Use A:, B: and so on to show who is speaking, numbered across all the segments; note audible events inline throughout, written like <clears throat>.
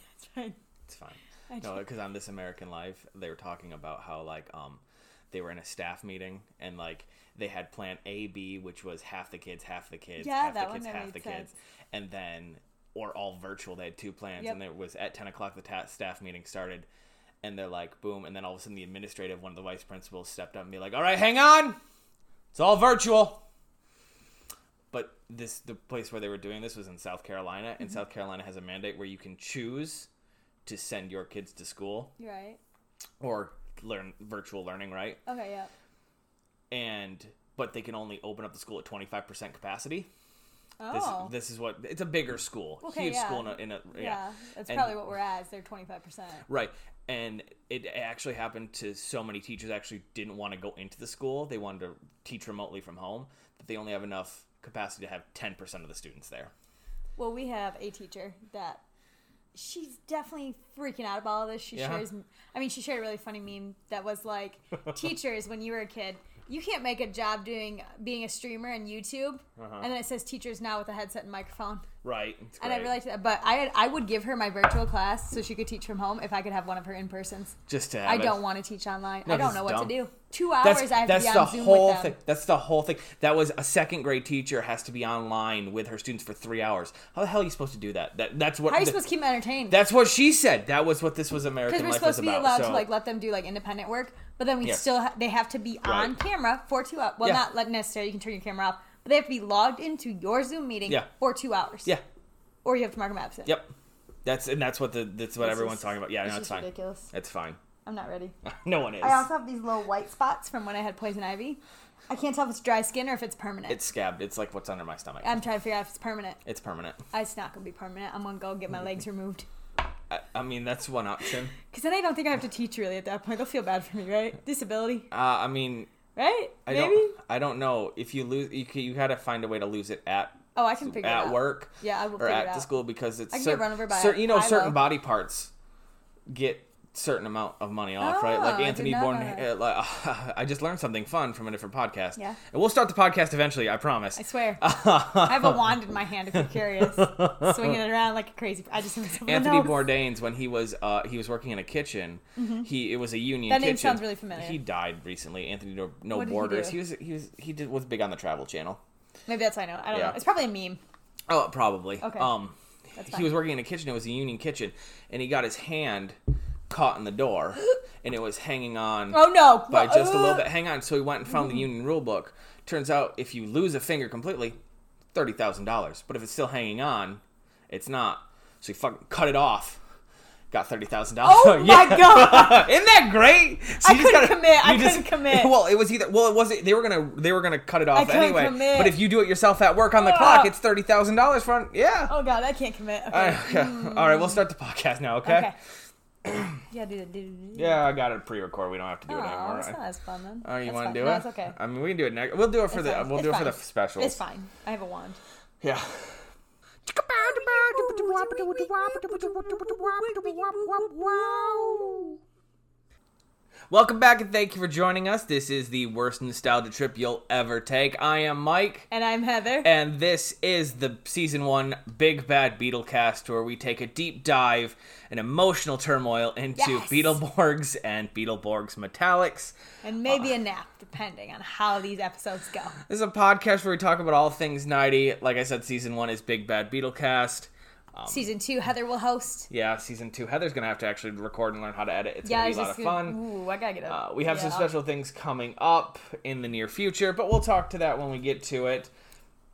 A: <laughs>
B: fine.
A: It's fine.
B: I
A: No, because on This American Life, they were talking about how like um they were in a staff meeting and like they had plan A B, which was half the kids, half the kids,
B: Yeah,
A: half
B: that
A: the
B: one
A: kids,
B: that
A: half
B: made
A: the
B: sense.
A: kids, and then or all virtual. They had two plans,
B: Yep.
A: and it was at ten o'clock the ta- staff meeting started. And they're like, boom. And then all of a sudden, the administrative, one of the vice principals, stepped up and be like, all right, hang on. It's all virtual but this the place where they were doing this was in South Carolina,
B: Mm-hmm.
A: and South Carolina has a mandate where you can choose to send your kids to school
B: You're right.
A: or learn virtual learning, right?
B: Okay, yeah.
A: And but they can only open up the school at twenty five percent capacity.
B: Oh.
A: This, this is what it's a bigger school,
B: Okay,
A: huge
B: yeah.
A: school in a, in a
B: yeah.
A: yeah.
B: That's
A: And-
B: probably what we're at. Is they're 25%.
A: Right. And it actually happened to so many teachers actually didn't want to go into the school. They wanted to teach remotely from home, that they only have enough capacity to have 10% of the students there.
B: Well, we have a teacher that she's definitely freaking out about all this. She
A: Yeah.
B: shares, I mean, she shared a really funny meme that was
A: <laughs>
B: like, teachers, when you were a kid, you can't make a job doing being a streamer and YouTube.
A: Uh-huh.
B: And then it says teachers now with a headset and microphone.
A: Right. It's
B: And I
A: great.
B: really liked that. But I, had, I would give her my virtual class so she could teach from home if I could have one of her in persons.
A: just to have
B: I
A: it.
B: don't want to teach online. I don't
A: this
B: know
A: is
B: what
A: dumb.
B: to do. Two hours
A: that's,
B: I have
A: that's
B: to be
A: the
B: on Zoom
A: whole
B: with them.
A: thing. That's the whole thing. That was a second grade teacher has to be online with her students for three hours. How the hell are you supposed to do that? That that's what.
B: How are you
A: th-
B: supposed to keep them entertained?
A: that's what she said. That was what this was American
B: because we're
A: Life
B: supposed
A: was
B: to be
A: about.
B: allowed
A: so,
B: to like let them do like independent work, but then we
A: Yes.
B: still ha- they have to be on
A: Right.
B: camera for two hours. Well,
A: Yeah.
B: not let necessarily you can turn your camera off, but they have to be logged into your Zoom meeting
A: Yeah.
B: for two hours.
A: yeah,
B: or you have to mark them absent.
A: yep, that's and that's what the that's what
B: This
A: everyone's
B: is-
A: talking about. Yeah,
B: this
A: no,
B: is
A: it's fine.
B: ridiculous.
A: It's fine.
B: I'm not ready.
A: <laughs> no one is.
B: I also have these little white spots from when I had poison ivy. I can't tell if it's dry skin or if it's permanent.
A: it's scabbed. It's like what's under my stomach.
B: I'm trying to figure out if it's permanent.
A: it's permanent.
B: It's not gonna be permanent. I'm gonna go get my legs removed.
A: I, I mean, that's one option.
B: Because then I don't think I have to teach really at that point. They'll feel bad for me, right? Disability,
A: Uh, I mean,
B: right?
A: I
B: Maybe.
A: don't. I don't know if you lose. You, c- you got to find a way to lose it at
B: Oh, I can figure it
A: at
B: out.
A: work.
B: Yeah, I will
A: or
B: figure
A: at
B: it
A: the
B: out.
A: school because it's
B: I can
A: cer-
B: get run over by
A: cer-
B: a
A: you know
B: high
A: certain
B: low.
A: body parts get certain amount of money off right
B: Oh, I
A: like
B: did
A: anthony
B: not
A: born
B: know that.
A: uh, like, <laughs> i just learned something fun from a different podcast
B: Yeah.
A: and we'll start the podcast eventually i promise
B: I swear. I
A: <laughs>
B: have a wand in my hand if you're curious. Swinging it around like a crazy. I just
A: Anthony Bourdain's when he was uh, he was working in a kitchen. He it was a union.
B: Mm-hmm. That name
A: kitchen.
B: sounds really familiar.
A: He died recently. Anthony No, no
B: What did he
A: Borders.
B: do?
A: He, was he was he did was big on the Travel Channel.
B: Maybe that's why I know. I don't
A: Yeah.
B: know. It's probably a meme.
A: Oh, probably.
B: Okay.
A: Um,
B: That's
A: he
B: fine.
A: was working in a kitchen. It was a union kitchen, and he got his hand caught in
B: <gasps>
A: the door, and it was hanging on
B: Oh no!
A: by
B: Well,
A: just a little
B: uh, Mm-hmm.
A: bit. Hang on. So he went and found the union rule book. Turns out, if you lose a finger completely, thirty thousand dollars. But if it's still hanging on, it's not. So he fucking cut it off. Got thirty thousand dollars. <laughs>
B: Oh my God.
A: Isn't that great? So
B: I
A: you just
B: couldn't commit. I couldn't commit.
A: <laughs> Well, it was either. Well, it wasn't. They were gonna. They were gonna cut it off
B: couldn't
A: anyway.
B: commit.
A: But if you do it yourself at work on the
B: Ugh.
A: clock, it's thirty thousand dollars front. Yeah.
B: Oh god, I can't commit.
A: All
B: Okay.
A: right, okay. <laughs> All right, we'll start the podcast now. Okay.
B: Oh. okay.
A: <clears throat>
B: yeah, do that. Do, do, do.
A: Yeah, I got it pre-record. We don't have to do it
B: Oh,
A: anymore.
B: it's not as fun then.
A: Oh, you
B: That's
A: want
B: fine.
A: to do
B: No,
A: it?
B: It's okay.
A: I mean, we can do it next. We'll do it for
B: It's
A: the.
B: fine.
A: We'll do
B: It's
A: it for the
B: fine.
A: specials.
B: It's fine. I have a wand.
A: Yeah. Welcome back and thank you for joining us. This is the worst nostalgia trip you'll ever take. I am Mike,
B: And I'm Heather.
A: and this is the season one Big Bad Beetle cast where we take a deep dive and emotional turmoil into
B: Yes.
A: Beetleborgs and Beetleborgs metallics.
B: And
A: uh,
B: maybe a nap, depending on how these episodes go.
A: This is a podcast where we talk about all things 90. Like I said, season one is Big Bad Beetlecast. Um,
B: Season two, Heather will host.
A: Yeah, season two, Heather's going to have to actually record and learn how to edit. It's
B: Yeah, I
A: going
B: was
A: to be a lot
B: just
A: of fun.
B: Ooh, I gotta get
A: Uh,
B: up.
A: we have some
B: Yeah.
A: special things coming up in the near future, but we'll talk to that when we get to it.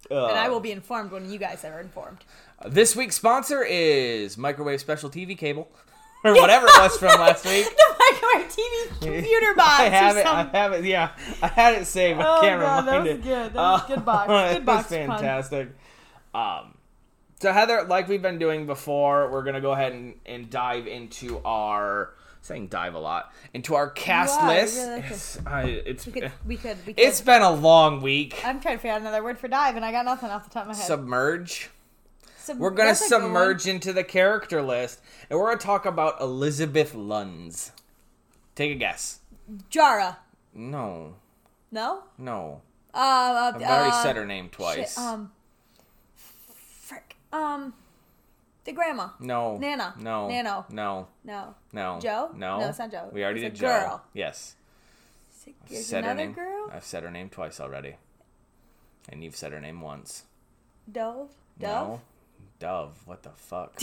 A: Uh,
B: And I will be informed when you guys are informed.
A: This week's sponsor is Microwave Special TV Cable, <laughs> or whatever it was from last
B: <laughs>
A: week.
B: the microwave TV computer box.
A: <laughs> I have
B: or
A: it. I
B: something.
A: have it. Yeah, I had it saved. I
B: Oh,
A: can't
B: God, that
A: remind
B: was
A: it. Uh,
B: good. That was good box. Good
A: <laughs> it
B: box
A: was
B: pun.
A: fantastic. Um, so Heather, like we've been doing before, we're gonna go ahead and, and dive into our saying dive a lot into our
B: You
A: cast
B: are, I
A: list.
B: really like
A: it's, I, it's,
B: We could, we could, we could.
A: it's been a long week.
B: I'm trying to figure out another word for dive, and I got nothing off the top of my head.
A: Submerge.
B: Sub-
A: We're gonna
B: that's a good one.
A: submerge into the character list, and we're gonna talk about Elizabeth Lunds. Take a guess.
B: Jara.
A: No,
B: No.
A: no.
B: Uh, uh,
A: I've already
B: uh,
A: said her name twice.
B: Shit, um. Frick. Um. The grandma.
A: No.
B: Nana.
A: No.
B: Nano.
A: No.
B: No.
A: No.
B: Joe?
A: No.
B: No, it's not Joe.
A: We already
B: It's
A: did
B: a
A: Joe.
B: girl.
A: Yes.
B: There's
A: Said her
B: another
A: name.
B: girl?
A: I've said her name twice already. And you've said her name once.
B: Dove? Dove?
A: No. Dove. What the
B: <laughs>
A: fuck?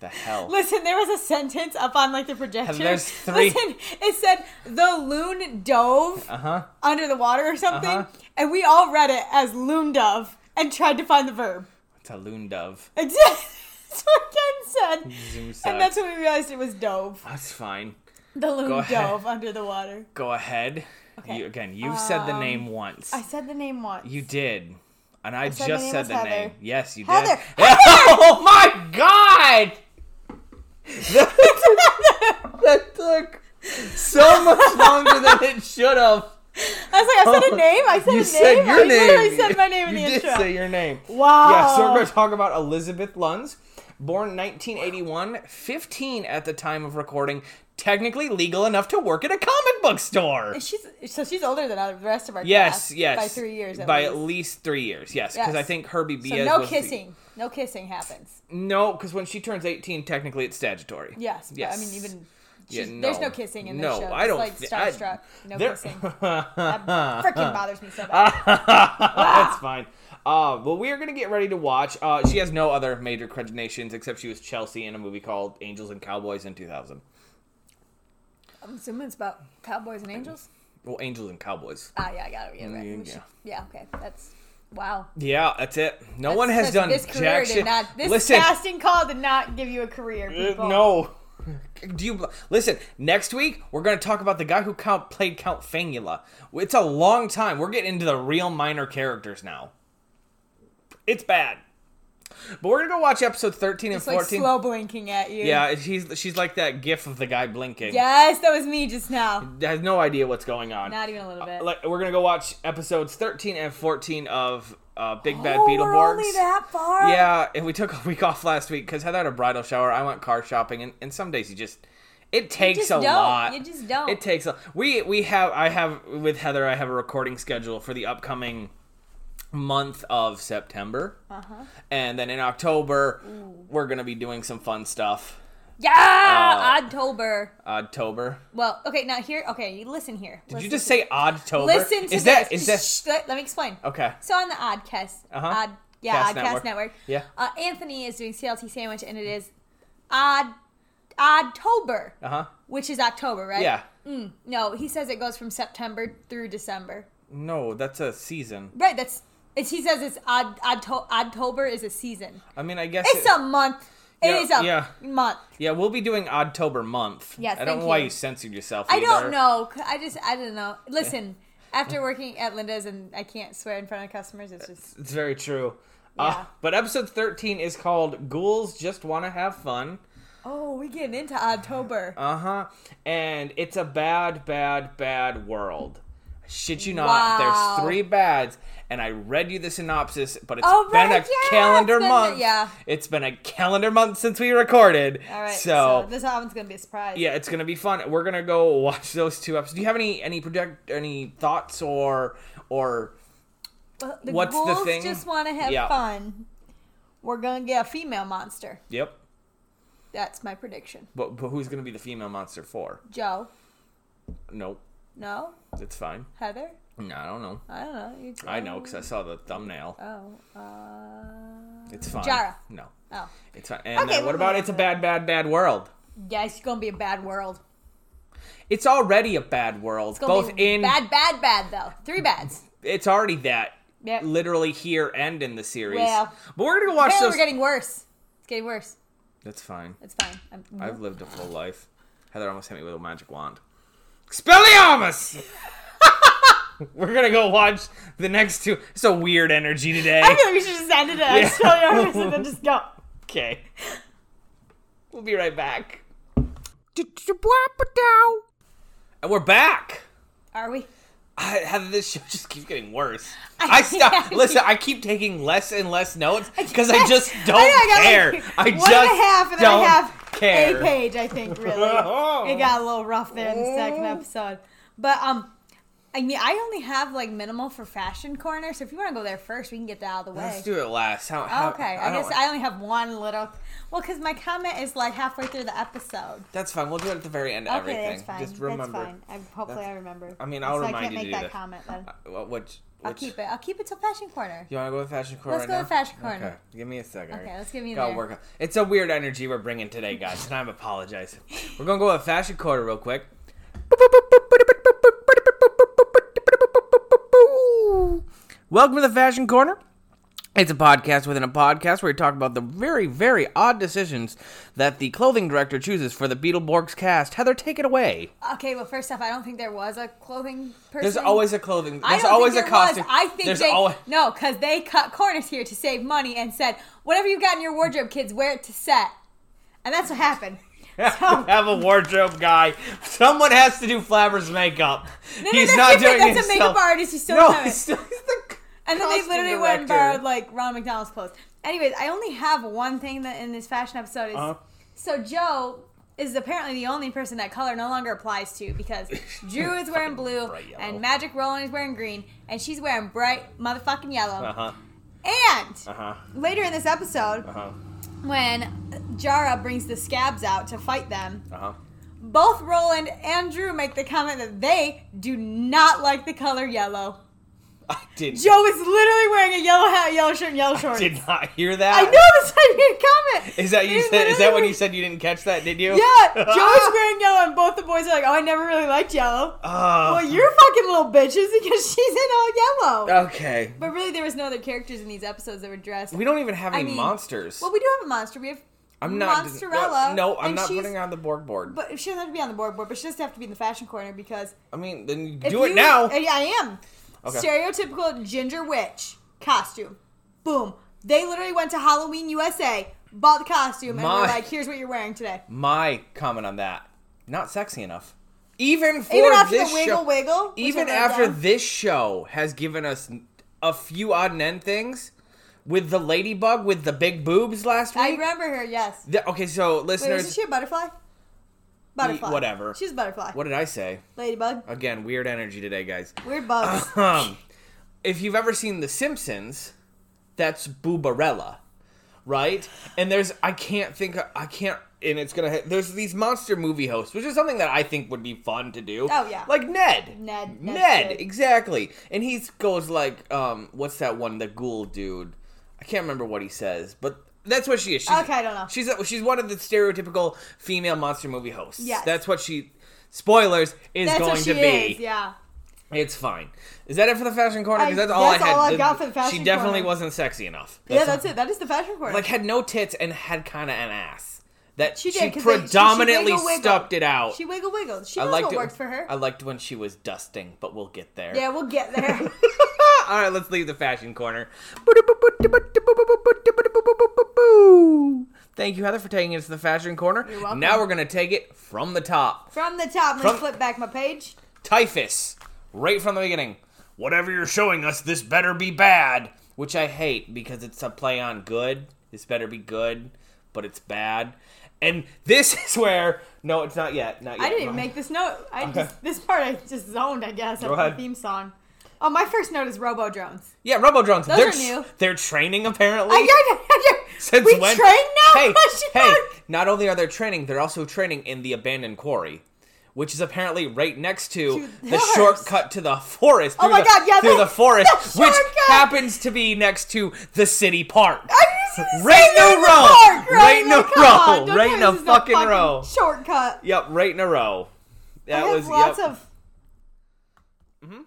A: the hell?
B: Listen, there was a sentence up on like the projection. <laughs>
A: There's three.
B: Listen, it said the loon dove
A: Uh huh.
B: under the water or something,
A: Uh-huh.
B: and we all read it as loon dove and tried to find the verb. <laughs>
A: It's a loon dove.
B: It's- That's what Ken said, <laughs>
A: Zoom
B: and
A: sucks.
B: that's when we realized it was dove.
A: That's fine.
B: The loon
A: Go
B: dove
A: ahead.
B: under the water.
A: Go ahead.
B: Okay. Um,
A: You, again, you said the name once.
B: I said the name once. <laughs>
A: you did. And I,
B: said
A: just
B: my name
A: said
B: was
A: the
B: Heather.
A: name. Yes, you
B: Heather!
A: did. <laughs> Oh my god!
B: <laughs>
A: That, that took so much longer than it
B: <laughs>
A: should have.
B: I was like, I said
A: <laughs>
B: a name. I said a
A: You
B: name.
A: said your
B: I
A: name.
B: literally said my name in
A: you
B: the
A: did
B: intro.
A: say your name.
B: wow.
A: Yeah, so we're going to talk about Elizabeth Lunds, born 1981, 15 at the time of recording, technically legal enough to work at a comic book store.
B: She's so she's older than the rest of our
A: Yes,
B: class
A: yes.
B: by three years at
A: by
B: least.
A: at least three years, yes. Because
B: Yes.
A: I think Herbie B.
B: So no kissing. No kissing happens.
A: no, because when she turns 18, technically it's statutory.
B: Yes. But,
A: Yes.
B: I mean, even
A: Yeah,
B: she's, there's
A: no.
B: no kissing in this
A: No,
B: show.
A: I don't
B: It's
A: thi- I-
B: like starstruck. no
A: There- <laughs> Ah.
B: kissing. That freaking bothers me so bad.
A: That's fine. Uh, well, we are going to get ready to watch. Uh, she has no other major creditations except she was Chelsea in a movie called Angels and Cowboys in 2000.
B: I'm assuming it's about cowboys and angels.
A: Well, Angels and Cowboys.
B: Ah, yeah, I got it. Yeah, right.
A: Yeah.
B: We should- yeah. Okay. That's wow.
A: Yeah, that's it. No one has
B: This-
A: done
B: this career
A: jack
B: did
A: shit.
B: not. This
A: listen,
B: casting call did not give you a career.
A: uh,
B: People.
A: no. <laughs> Do you listen? Next week we're going to talk about the guy who count, played Count Fangula. It's a long time. We're getting into the real minor characters now. It's bad, but we're gonna go watch episode thirteen
B: It's
A: and
B: like
A: fourteen.
B: slow blinking at you.
A: yeah, she's she's like that gif of the guy blinking.
B: Yes, that was me just now.
A: has no idea what's going on. Uh,
B: Not even a little bit.
A: Like, we're gonna go watch episodes thirteen and fourteen of uh, Big Bad
B: oh, we're
A: Beetleborgs.
B: only that far.
A: Yeah, and we took a week off last week because Heather had a bridal shower. I went car shopping, and, and some days you just it takes
B: just
A: a
B: don't.
A: lot.
B: You just don't.
A: It takes a we we have I have with Heather I have a recording schedule for the upcoming month of September, uh-huh. and then in October we're gonna be doing some fun stuff.
B: Yeah,
A: Oh.
B: October.
A: October.
B: Well, okay, now here. Okay, you listen here.
A: Did you just say Oddtober?
B: listen to
A: is that
B: this.
A: is that
B: Shh, let, let me explain.
A: okay?
B: So on the Oddcast,
A: Uh-huh.
B: Odd, yeah,
A: Cast
B: Oddcast
A: Network.
B: Network.
A: Yeah.
B: Uh, Anthony is doing CLT sandwich, and it is Odd Oddtober,
A: Uh huh.
B: which is October, right?
A: Yeah.
B: No, he says it goes from September through December.
A: No, that's a season.
B: Right. That's. It's, he says it's odd, odd, Oddtober is a season.
A: I mean, I guess
B: It's
A: it-
B: a month.
A: Yeah,
B: It is a
A: yeah.
B: month.
A: Yeah, we'll be doing Oddtober month.
B: Yes,
A: I don't
B: thank
A: know why
B: you.
A: you censored yourself.
B: I
A: either.
B: don't know. 'cause I just I don't know. Listen, after working at Linda's and I can't swear in front of customers, it's just
A: It's very true. Uh,
B: Yeah.
A: but episode 13 is called Ghouls Just Want to Have Fun.
B: oh, we getting into October.
A: Uh huh. And it's a bad, bad, bad world. Shit you not.
B: Wow.
A: There's three bads. And I read you the synopsis, but it's
B: Oh,
A: been
B: right,
A: a
B: yeah,
A: calendar
B: it's been-
A: month.
B: yeah.
A: It's been a calendar month since we recorded.
B: All right, so,
A: So.
B: this album's gonna be a surprise.
A: yeah, it's gonna be fun. We're gonna go <laughs> watch those two episodes. Do you have any any project any thoughts or or
B: Well, the
A: what's the
B: ghouls
A: thing?
B: Just want to have
A: Yeah.
B: fun. We're gonna get a female monster.
A: yep?
B: That's my prediction.
A: But, but who's gonna be the female monster for?
B: Joe,
A: Nope,
B: no,
A: it's fine.
B: Heather,
A: No, I don't know.
B: I don't know. You,
A: I know because I saw the thumbnail.
B: Oh, uh,
A: It's fine.
B: Jara.
A: No,
B: oh,
A: it's fine. And
B: Okay,
A: then what
B: we'll
A: about
B: move
A: it's a
B: on.
A: bad, bad, bad world?
B: yeah, it's gonna be a bad world.
A: It's already a bad world.
B: It's gonna
A: Both
B: be
A: in
B: bad, bad, bad though. Three bads.
A: it's already that.
B: Yeah.
A: Literally here and in the series.
B: Well,
A: but we're gonna go watch
B: Apparently,
A: those.
B: we're getting worse. It's getting worse.
A: That's fine.
B: It's fine. I'm,
A: I've lived a full life. Heather almost hit me with a magic wand. Expelliarmus! <laughs> we're gonna go watch the next two. It's a weird energy today.
B: <laughs> I feel like we should just end it at
A: Yeah.
B: Expelliarmus and then just go.
A: Okay. We'll be right back. And we're back.
B: Are we?
A: I, Heather, this show just keeps getting worse. I,
B: I-
A: stop. listen, I keep taking less and less notes because I just
B: <laughs>
A: don't
B: I got
A: care.
B: like
A: I
B: one
A: just
B: and a half, and then
A: don't
B: I have
A: care. Oh.
B: a
A: <laughs>
B: page. I think really it got a little rough there in the second episode, but um, I mean, I only have like minimal for fashion corner, so if you want to go there first, we can get that out of the way.
A: Let's do it last. How, how,
B: okay, I,
A: don't-
B: guess I only have one little. Well, because my comment is like halfway through the episode.
A: That's fine. We'll do it at the very end of
B: Okay,
A: everything.
B: that's fine.
A: Just remember.
B: That's fine. I, hopefully,
A: That's-
B: I remember.
A: I mean, I'll
B: so I
A: remind
B: can't
A: you to
B: make
A: do
B: that
A: that.
B: comment
A: <laughs>
B: then.
A: Uh, What? Which,
B: I'll keep it. I'll keep it till fashion corner.
A: You want to go with fashion corner?
B: Let's go
A: now?
B: with fashion corner.
A: Okay, give me a second.
B: Okay, let's give you
A: Gotta
B: there.
A: work. It's a weird energy we're bringing today, guys, and I'm apologizing. We're gonna go with fashion corner real quick. Welcome to the fashion corner. It's a podcast within a podcast where we talk about the very, very odd decisions that the clothing director chooses for the Beetleborgs cast. Heather, take it away.
B: Okay, well, first off, I don't think there was a clothing person.
A: There's always a clothing.
B: I
A: There's
B: don't
A: always
B: think
A: a
B: there was.
A: costume.
B: I think
A: there's
B: they
A: always, <laughs>
B: no, because they cut corners here to save money and said, "Whatever you got in your wardrobe, kids, wear it to set," and that's what happened. <laughs> <laughs> So-
A: have a wardrobe guy. Someone has to do Flabber's makeup.
B: No, no, <laughs>
A: he's
B: that's
A: not
B: different.
A: doing it
B: That's a
A: himself.
B: makeup artist. He's still
A: No,
B: doing
A: he's
B: it.
A: still, he's the
B: And then they
A: costume
B: literally went and
A: director.
B: borrowed like Ronald McDonald's clothes. Anyways, I only have one thing that in this fashion episode is
A: Uh-huh.
B: so Joe is apparently the only person that color no longer applies to
A: <coughs>
B: because Drew is wearing
A: Fucking
B: blue
A: bright yellow.
B: and Magic Roland is wearing green and she's wearing bright motherfucking yellow.
A: Uh-huh.
B: And
A: Uh-huh.
B: later in this episode,
A: Uh-huh.
B: when Jara brings the scabs out to fight them,
A: Uh-huh.
B: both Roland and Drew make the comment that they do not like the color yellow.
A: I did,
B: Joe is literally wearing a yellow hat, yellow shirt, and yellow shorts.
A: did not hear that.
B: I noticed I made a comment.
A: Is that
B: They
A: you said, is that
B: literally-
A: when you said you didn't catch that, did you?
B: Yeah,
A: <laughs>
B: Joe is wearing yellow, and both the boys are like, "Oh, I never really liked yellow."
A: Ah.
B: Well, you're fucking little bitches because <laughs> she's in all
A: Uh,
B: yellow.
A: okay.
B: But really, there was no other characters in these episodes that were dressed.
A: We don't even have
B: I
A: any
B: mean,
A: monsters.
B: well, we do have a monster. We have
A: I'm not
B: Monsterella.
A: No, I'm
B: and
A: not
B: she's-
A: putting her on the Borg board.
B: But she doesn't have to be on the board board, but she does have to be in the fashion corner because
A: I mean, then you
B: if
A: do it
B: you-
A: now.
B: I, I am
A: Okay.
B: stereotypical ginger witch costume. Boom. They literally went to Halloween USA, bought the costume, and
A: My-
B: were like, "Here's what you're wearing today."
A: My comment on that: not sexy enough. Even for
B: Even after
A: this
B: the wiggle
A: show,
B: wiggle, which
A: even
B: I wrote
A: after
B: down.
A: this show has given us a few odd and end things with the ladybug with the big boobs last
B: I
A: week.
B: remember her. Yes.
A: Th- okay, so
B: Wait,
A: listeners,
B: isn't she a butterfly? Butterfly.
A: whatever.
B: She's a butterfly.
A: what did I say?
B: Ladybug.
A: Again, weird energy today, guys.
B: Weird bugs.
A: Um, if you've ever seen The Simpsons, that's Boobarella, right? And there's I can't think I can't and it's gonna hit- there's these monster movie hosts, which is something that I think would be fun to do.
B: Oh, yeah.
A: like Ned,
B: Ned, Ned's
A: Ned,
B: good.
A: exactly. And he goes like, um, what's that one? The ghoul dude. I can't remember what he says, but. That's what she is. She's,
B: Okay, I don't know.
A: She's a, she's one of the stereotypical female monster movie hosts.
B: Yes.
A: that's what she. Spoilers is
B: That's
A: going
B: what she
A: to be.
B: is. Yeah.
A: It's fine. Is that it for the fashion corner? Because
B: I-
A: that's all
B: that's
A: I had.
B: all I got for the
A: she
B: fashion
A: definitely
B: corner.
A: wasn't sexy enough.
B: yeah,
A: all.
B: that's it. That is the fashion corner.
A: Like had no tits and had kind of an ass that she,
B: She did, 'cause they- she- she
A: predominantly
B: wiggle, wiggle.
A: stuffed it out.
B: she wiggle wiggled. She
A: I
B: knows
A: liked
B: what
A: it.
B: works for her.
A: I liked when she was dusting, but we'll get there.
B: yeah, we'll get
A: <laughs>
B: there.
A: all right, let's leave the fashion corner. Thank you, Heather, for taking us to the fashion corner.
B: You're welcome.
A: Now we're gonna take it from the top.
B: From the top, let
A: From-
B: me flip back my page.
A: typhus right from the beginning. Whatever you're showing us, this better be bad. Which I hate because it's a play on good. This better be good, but it's bad. And this <laughs> is where no, it's not yet. Not yet.
B: I didn't make this note. I just this part I just zoned. I guess
A: Go
B: of the
A: ahead.
B: theme song. Oh, my first note is Robo Drones.
A: Yeah, robo drones. They're
B: are
A: tr-
B: new.
A: They're training apparently.
B: I, I, I, I,
A: Since
B: we
A: when?
B: train now? <laughs>
A: Hey,
B: Question
A: hey!
B: mark.
A: Not only are they training, they're also training in the abandoned quarry, which is apparently right next to
B: To
A: the
B: Hillhurst.
A: shortcut to the forest.
B: Oh
A: through
B: my
A: the-
B: God, yeah,
A: through
B: the-
A: the forest,
B: the
A: which
B: shortcut.
A: happens to be next to the city
B: <laughs>
A: park.
B: I didn't see this
A: Right
B: thing
A: in
B: on
A: the
B: the
A: row.
B: park,
A: Right in the
B: Like, come
A: row.
B: on, don't tell
A: Right
B: me
A: in the
B: this is a
A: fucking row.
B: Shortcut.
A: Yep, right in a row. That
B: I have
A: was
B: lots
A: yep. Mm-hmm.
B: of.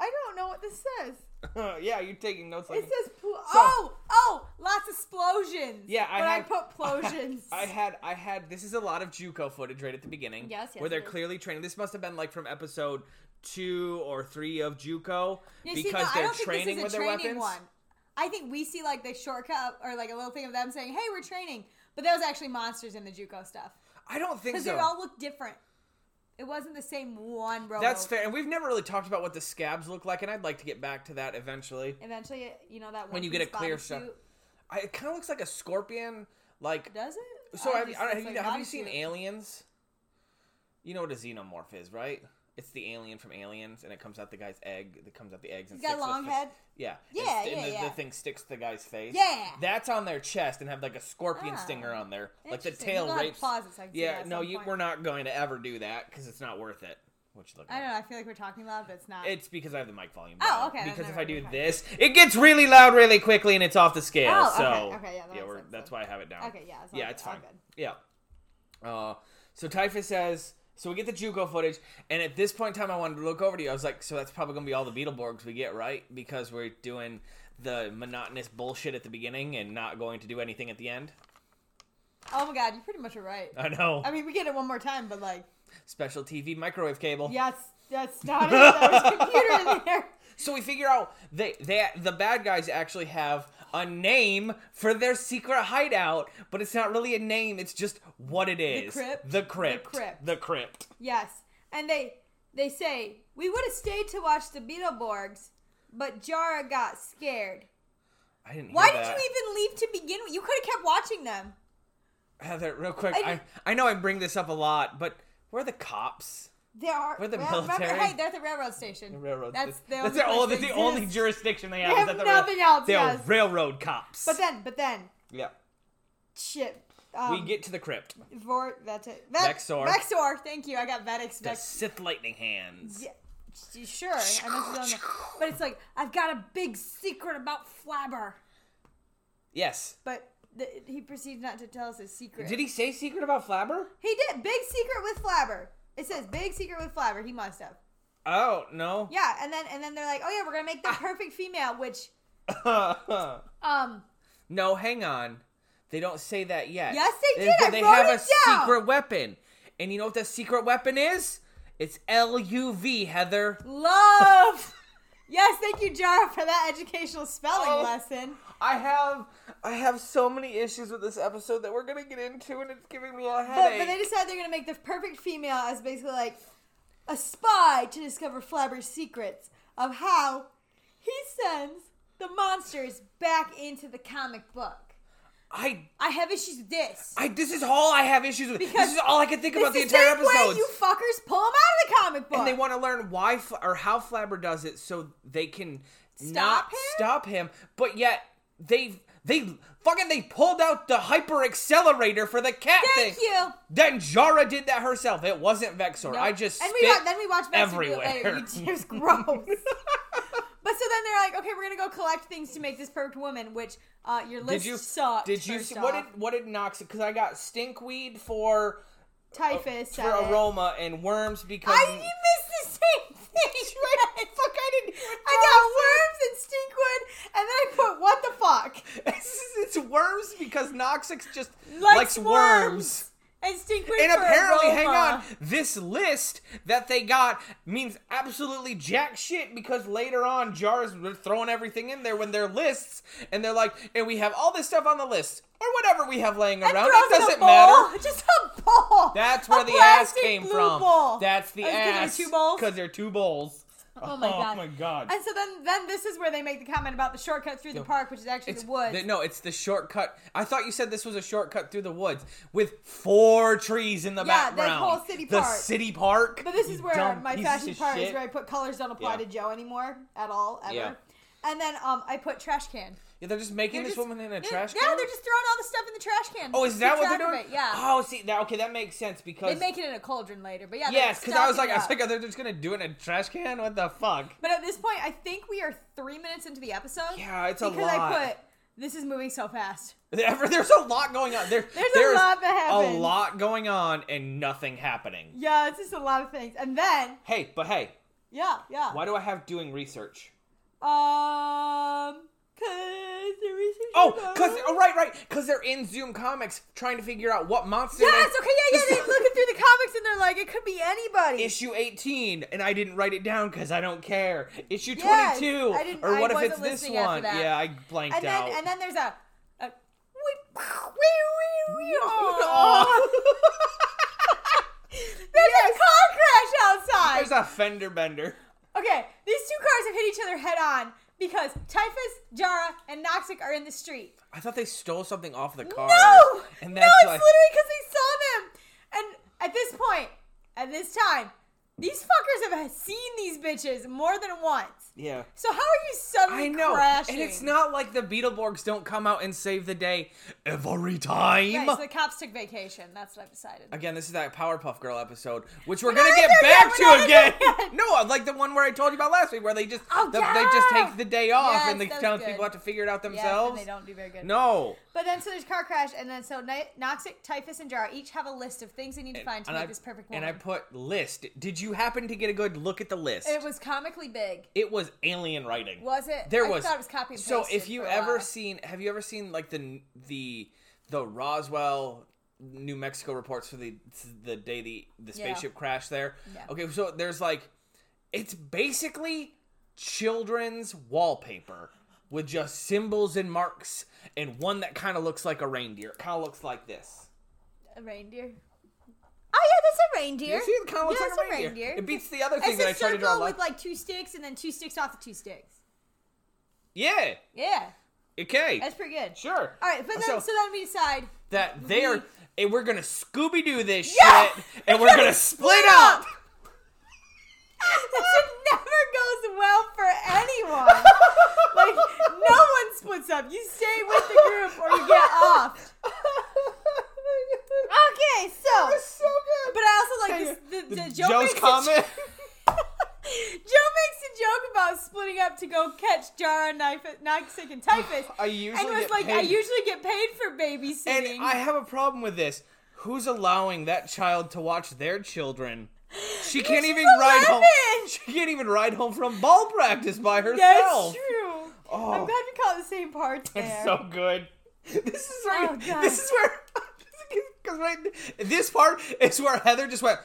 B: I don't know what this says.
A: <laughs> yeah, you're taking notes. Like
B: It says pl- oh oh lots of explosions.
A: Yeah, <laughs> I
B: but
A: had-
B: I put plosions.
A: I had I had this is a lot of JUCO footage right at the beginning.
B: Yes, yes,
A: Where they're
B: it is.
A: clearly training. This must have been like from episode two or three of JUCO
B: Yeah, see,
A: because
B: no, I
A: they're
B: don't think
A: training
B: this
A: with
B: is a
A: their
B: training
A: weapons.
B: One. I think we see like the shortcut or like a little thing of them saying, "Hey, we're training," but that was actually monsters in the JUCO stuff
A: I don't think
B: because
A: so.
B: they all look different. It wasn't the same one robo.
A: That's fair. And we've never really talked about what the scabs look like, and I'd like to get back to that eventually.
B: Eventually, you know that one
A: When you get
B: piece
A: a clear
B: bodysuit-
A: shot- I, it kind of looks like a scorpion. Like
B: Does it?
A: so,
B: I
A: have, you-
B: just-
A: I don't-
B: it's
A: have, you,
B: like
A: have you seen
B: bodysuit.
A: Aliens? You know what a xenomorph is, right? It's the alien from Aliens, and it comes out the guy's egg. That comes out the eggs.
B: He's
A: and
B: got a
A: sticks the
B: long
A: fi-
B: head.
A: Yeah.
B: Yeah,
A: It's- and
B: yeah,
A: the,
B: yeah.
A: the thing sticks to the guy's face.
B: Yeah.
A: That's on their chest and have like a scorpion
B: Ah,
A: stinger on there. Like the
B: Interesting.
A: tail
B: we'll have to
A: rapes.
B: Pause it so I can see that
A: Yeah,
B: at
A: no,
B: some
A: you,
B: point.
A: we're not going to ever do that because it's not worth it. What you looking
B: I
A: at?
B: don't know. I feel like we're talking loud, but it's not.
A: It's because I have the mic volume.
B: Oh,
A: down.
B: okay, then
A: Because if
B: never
A: I do
B: mind.
A: this, it gets really loud really quickly and it's off the scale.
B: Oh, okay,
A: so
B: okay, yeah, that makes
A: we're,
B: sense
A: that's
B: then.
A: why I have it down.
B: okay. Yeah. It's all,
A: yeah, it's
B: all
A: fine.
B: good.
A: Yeah. Uh, so Typhus says. So we get the JUCO footage, and at this point in time, I wanted to look over to you. I was like, so that's probably gonna be all the Beetleborgs we get, right? Because we're doing the monotonous bullshit at the beginning and not going to do anything at the end. <laughs>
B: Oh my god, you pretty much are right.
A: I know.
B: I mean, we get it one more time, but like,
A: Special TV microwave cable.
B: yes, that's
A: <laughs>
B: not it. There was a computer in there.
A: So we figure out they they the bad guys actually have a name for their secret hideout, but it's not really a name. It's just what it is.
B: crypt?
A: The crypt.
B: The crypt.
A: The crypt.
B: Yes, and they they say we would have stayed to watch the Beetleborgs, but Jara got scared.
A: I didn't.
B: Why
A: hear
B: did
A: that.
B: you even leave to begin with? You could have kept watching them.
A: Heather? Real quick,
B: I
A: I, I
B: didn't-
A: know I bring this up a lot, but where are the cops?
B: They are.
A: We're the
B: well, remember-
A: military.
B: hey, they're at the railroad station.
A: The railroad.
B: That's the
A: that's
B: only
A: their
B: place
A: only-
B: that
A: that's the only
B: exists.
A: jurisdiction they have.
B: They
A: is
B: have
A: at the
B: nothing else,
A: They're
B: yes.
A: railroad cops.
B: But then, but then,
A: yeah,
B: shit. Um,
A: we get to the crypt.
B: Vor, that's it.
A: Vexor.
B: Vexor. Thank you. I got Vex.
A: The
B: Vex.
A: Sith lightning hands.
B: Yeah, s- sure. I must have done that. But it's like I've got a big secret about Flabber.
A: Yes.
B: But th he proceeds not to tell us his secret.
A: Did he say secret about Flabber?
B: He did big secret with Flabber. It says big secret with Flabber. He must have.
A: Oh no.
B: Yeah, and then and then they're like, oh yeah, we're gonna make the
A: Ah.
B: perfect female, which
A: <laughs>
B: um
A: No, hang on. They don't say that yet.
B: Yes, they did. I wrote
A: have
B: it
A: a
B: down.
A: secret weapon. And you know what that secret weapon is? It's L U V, Heather.
B: love. <laughs> yes, thank you, Jara, for that educational spelling
A: Oh.
B: lesson.
A: I have I have so many issues with this episode that we're gonna get into and it's giving me a
B: But, but
A: headache.
B: they decided they're gonna make the perfect female as basically like a spy to discover Flabber's secrets of how he sends the monsters back into the comic book.
A: I
B: I have issues with this.
A: I this is all I have issues with.
B: Because
A: this is all I can think about the
B: It's
A: entire
B: same way
A: episode.
B: you fuckers pull them out of the comic book.
A: and they want to learn why Fl- or how Flabber does it so they can not
B: Stop him?
A: stop him. But yet they they fucking they pulled out the hyper accelerator for the cat
B: Thank
A: thing.
B: you.
A: Then Jara did that herself. It wasn't Vexor. I
B: Nope.
A: just
B: and
A: spit.
B: we wa- then we watch Vexor Do it
A: everywhere.
B: later. You
A: <laughs>
B: just gross. <laughs> but so then they're like, okay, we're gonna go collect things to make this perfect woman. Which uh, your list
A: did you
B: sucked.
A: did you
B: first
A: what
B: off.
A: did what did Nox? Because I got stinkweed for
B: typhus?
A: for
B: said it.
A: aroma and worms because
B: I didn't miss the same <laughs> thing. <laughs> fuck, I didn't. I got worms and stinkwood, and then I put what the fuck
A: it's, <laughs> it's worms because Noxix just likes,
B: Likes
A: worms.
B: and stinkwood.
A: And
B: for
A: apparently, hang on,
B: aroma.
A: this list that they got means absolutely jack shit because later on, Jars were throwing everything in there when they're lists, and they're like, and we have all this stuff on the list or whatever we have laying
B: And
A: around.
B: throws
A: It
B: in a
A: doesn't
B: bowl.
A: matter.
B: Just a bowl. <laughs>
A: That's
B: A
A: where the ass
B: plastic
A: came
B: blue
A: from.
B: bowl.
A: That's the
B: Oh, 'cause they're
A: ass.
B: two bowls?
A: Because they're two bowls.
B: Oh my god.
A: god.
B: And so then, then this is where they make the comment about the shortcut through the park, which is actually
A: It's-
B: the woods.
A: the- no, it's the shortcut. I thought you said this was a shortcut through the woods with four trees in the
B: Yeah, that
A: background.
B: whole city
A: The
B: park.
A: city park.
B: but this is
A: you
B: where
A: dumb
B: my
A: pieces
B: fashion
A: of
B: part is
A: shit.
B: where I put colors don't apply
A: Yeah.
B: to Joe anymore at all ever.
A: Yeah.
B: And then um, I put trash can.
A: Yeah, they're just making
B: They're
A: this
B: just-
A: woman in
B: they're-
A: a trash
B: yeah,
A: can.
B: they're just throwing all the stuff in the trash can.
A: Oh, is that
B: Keep
A: what they're
B: track of
A: doing?
B: it, Yeah.
A: Oh, see, that okay, that makes sense
B: they
A: because
B: make it in a cauldron later, but yeah. they're
A: yes, because I was like,
B: stocking
A: I was
B: up.
A: like, are they just gonna do it in a trash can? What the fuck? <laughs>
B: But at this point, I think we are three minutes into the episode.
A: Yeah, it's a
B: because
A: lot.
B: I put this is moving so fast.
A: Ever- There's a lot going on. There,
B: There's a lot that
A: a
B: happens.
A: lot going on and nothing happening.
B: Yeah, it's just a lot of things. And then
A: Hey, but hey,
B: yeah, yeah.
A: why do I have doing research?
B: Um, cause the research.
A: Oh, cause oh right, right, cause they're in Zoom Comics trying to figure out what monster.
B: yes,
A: they-
B: okay, yeah, yeah. They're looking through the comics and they're like, it could be anybody.
A: Issue 18, and I didn't write it down because I don't care. Issue 22,
B: Yes, I didn't-
A: or
B: I
A: what if
B: wasn't
A: it's this
B: listening after
A: one?
B: that.
A: Yeah, I blanked
B: and then
A: out.
B: and then there's a. a wee- wee-
A: <laughs>
B: wee- aw.
A: Aw.
B: <laughs> There's a car crash
A: There's
B: outside.
A: a fender bender.
B: okay, these two cars have hit each other head on because Typhus, Jara, and Noxic are in the street.
A: I thought they stole something off the car.
B: No,
A: and
B: no,
A: that's
B: it's
A: why-
B: literally because they saw them. And at this point, at this time, These fuckers have seen these bitches more than once.
A: Yeah.
B: So how are you suddenly
A: I know.
B: crashing?
A: And it's not like the Beetleborgs don't come out and save the day every time.
B: Right, so the cops took vacation. That's what I've decided.
A: Again, this is that Powerpuff Girl episode, which we're,
B: We're
A: gonna
B: not
A: get
B: there yet,
A: back
B: we're not
A: to again.
B: there yet.
A: <laughs> no, like the one where I told you about last week, where they just
B: Oh,
A: the- they just
B: yeah.
A: take the day off
B: Yes,
A: and the
B: that's
A: townspeople
B: good.
A: have to figure it out
B: Yeah, and
A: themselves.
B: they don't do very good.
A: no,
B: But then, so there's car crash, and then so Ni- Noxic, Typhus, and Jar each have a list of things they need to find to
A: and
B: make
A: I
B: this perfect
A: and
B: woman.
A: I put list. Did you happen to get a good look at the list?
B: it was comically big.
A: It was alien writing.
B: Was it?
A: There
B: I
A: was.
B: thought it was copy and
A: so
B: pasted
A: if you
B: for a
A: ever
B: while.
A: seen, have you ever seen like the the the Roswell, New Mexico reports for the the day the the
B: Yeah.
A: spaceship crashed there?
B: Yeah.
A: Okay, so there's like, it's basically children's wallpaper with just symbols and marks, and one that kind of looks like a reindeer. It kind of looks like this.
B: a reindeer. Oh yeah, that's a reindeer.
A: You see, it kind of looks
B: Yeah, it's
A: like a reindeer. It beats the other thing
B: It's
A: that
B: a
A: I tried to
B: circle
A: draw. Like,
B: with like two sticks, and then two sticks off the two sticks.
A: yeah.
B: Yeah,
A: Okay.
B: that's pretty good.
A: sure.
B: All right, but then
A: So-
B: so, then we decide.
A: that they're and we're gonna Scooby Doo this
B: Yes!
A: shit, and we're gonna split
B: <laughs>
A: up.
B: this never goes well for
A: <laughs>
B: anyone. like no one splits up. You stay with the group or you get
A: <laughs>
B: off. Okay, so But I also like this, the, the, Joe
A: Joe's
B: makes a-
A: comment.
B: <laughs> Joe makes a joke about splitting up to go catch Jara, Nif- Noxic, and Typhus.
A: <sighs> I usually
B: and was
A: get
B: like, I
A: paid-
B: usually get paid for babysitting.
A: and I have a problem with this. Who's allowing that child to watch their children? She can't
B: She's
A: even ride home.
B: 11!
A: She can't even ride home from ball practice by
B: That's
A: herself.
B: true.
A: Oh.
B: I'm glad we caught the same parts there. <laughs>
A: It's so good. This is where.
B: Oh, God.
A: <laughs> this is where. Because right, this part is where Heather just went.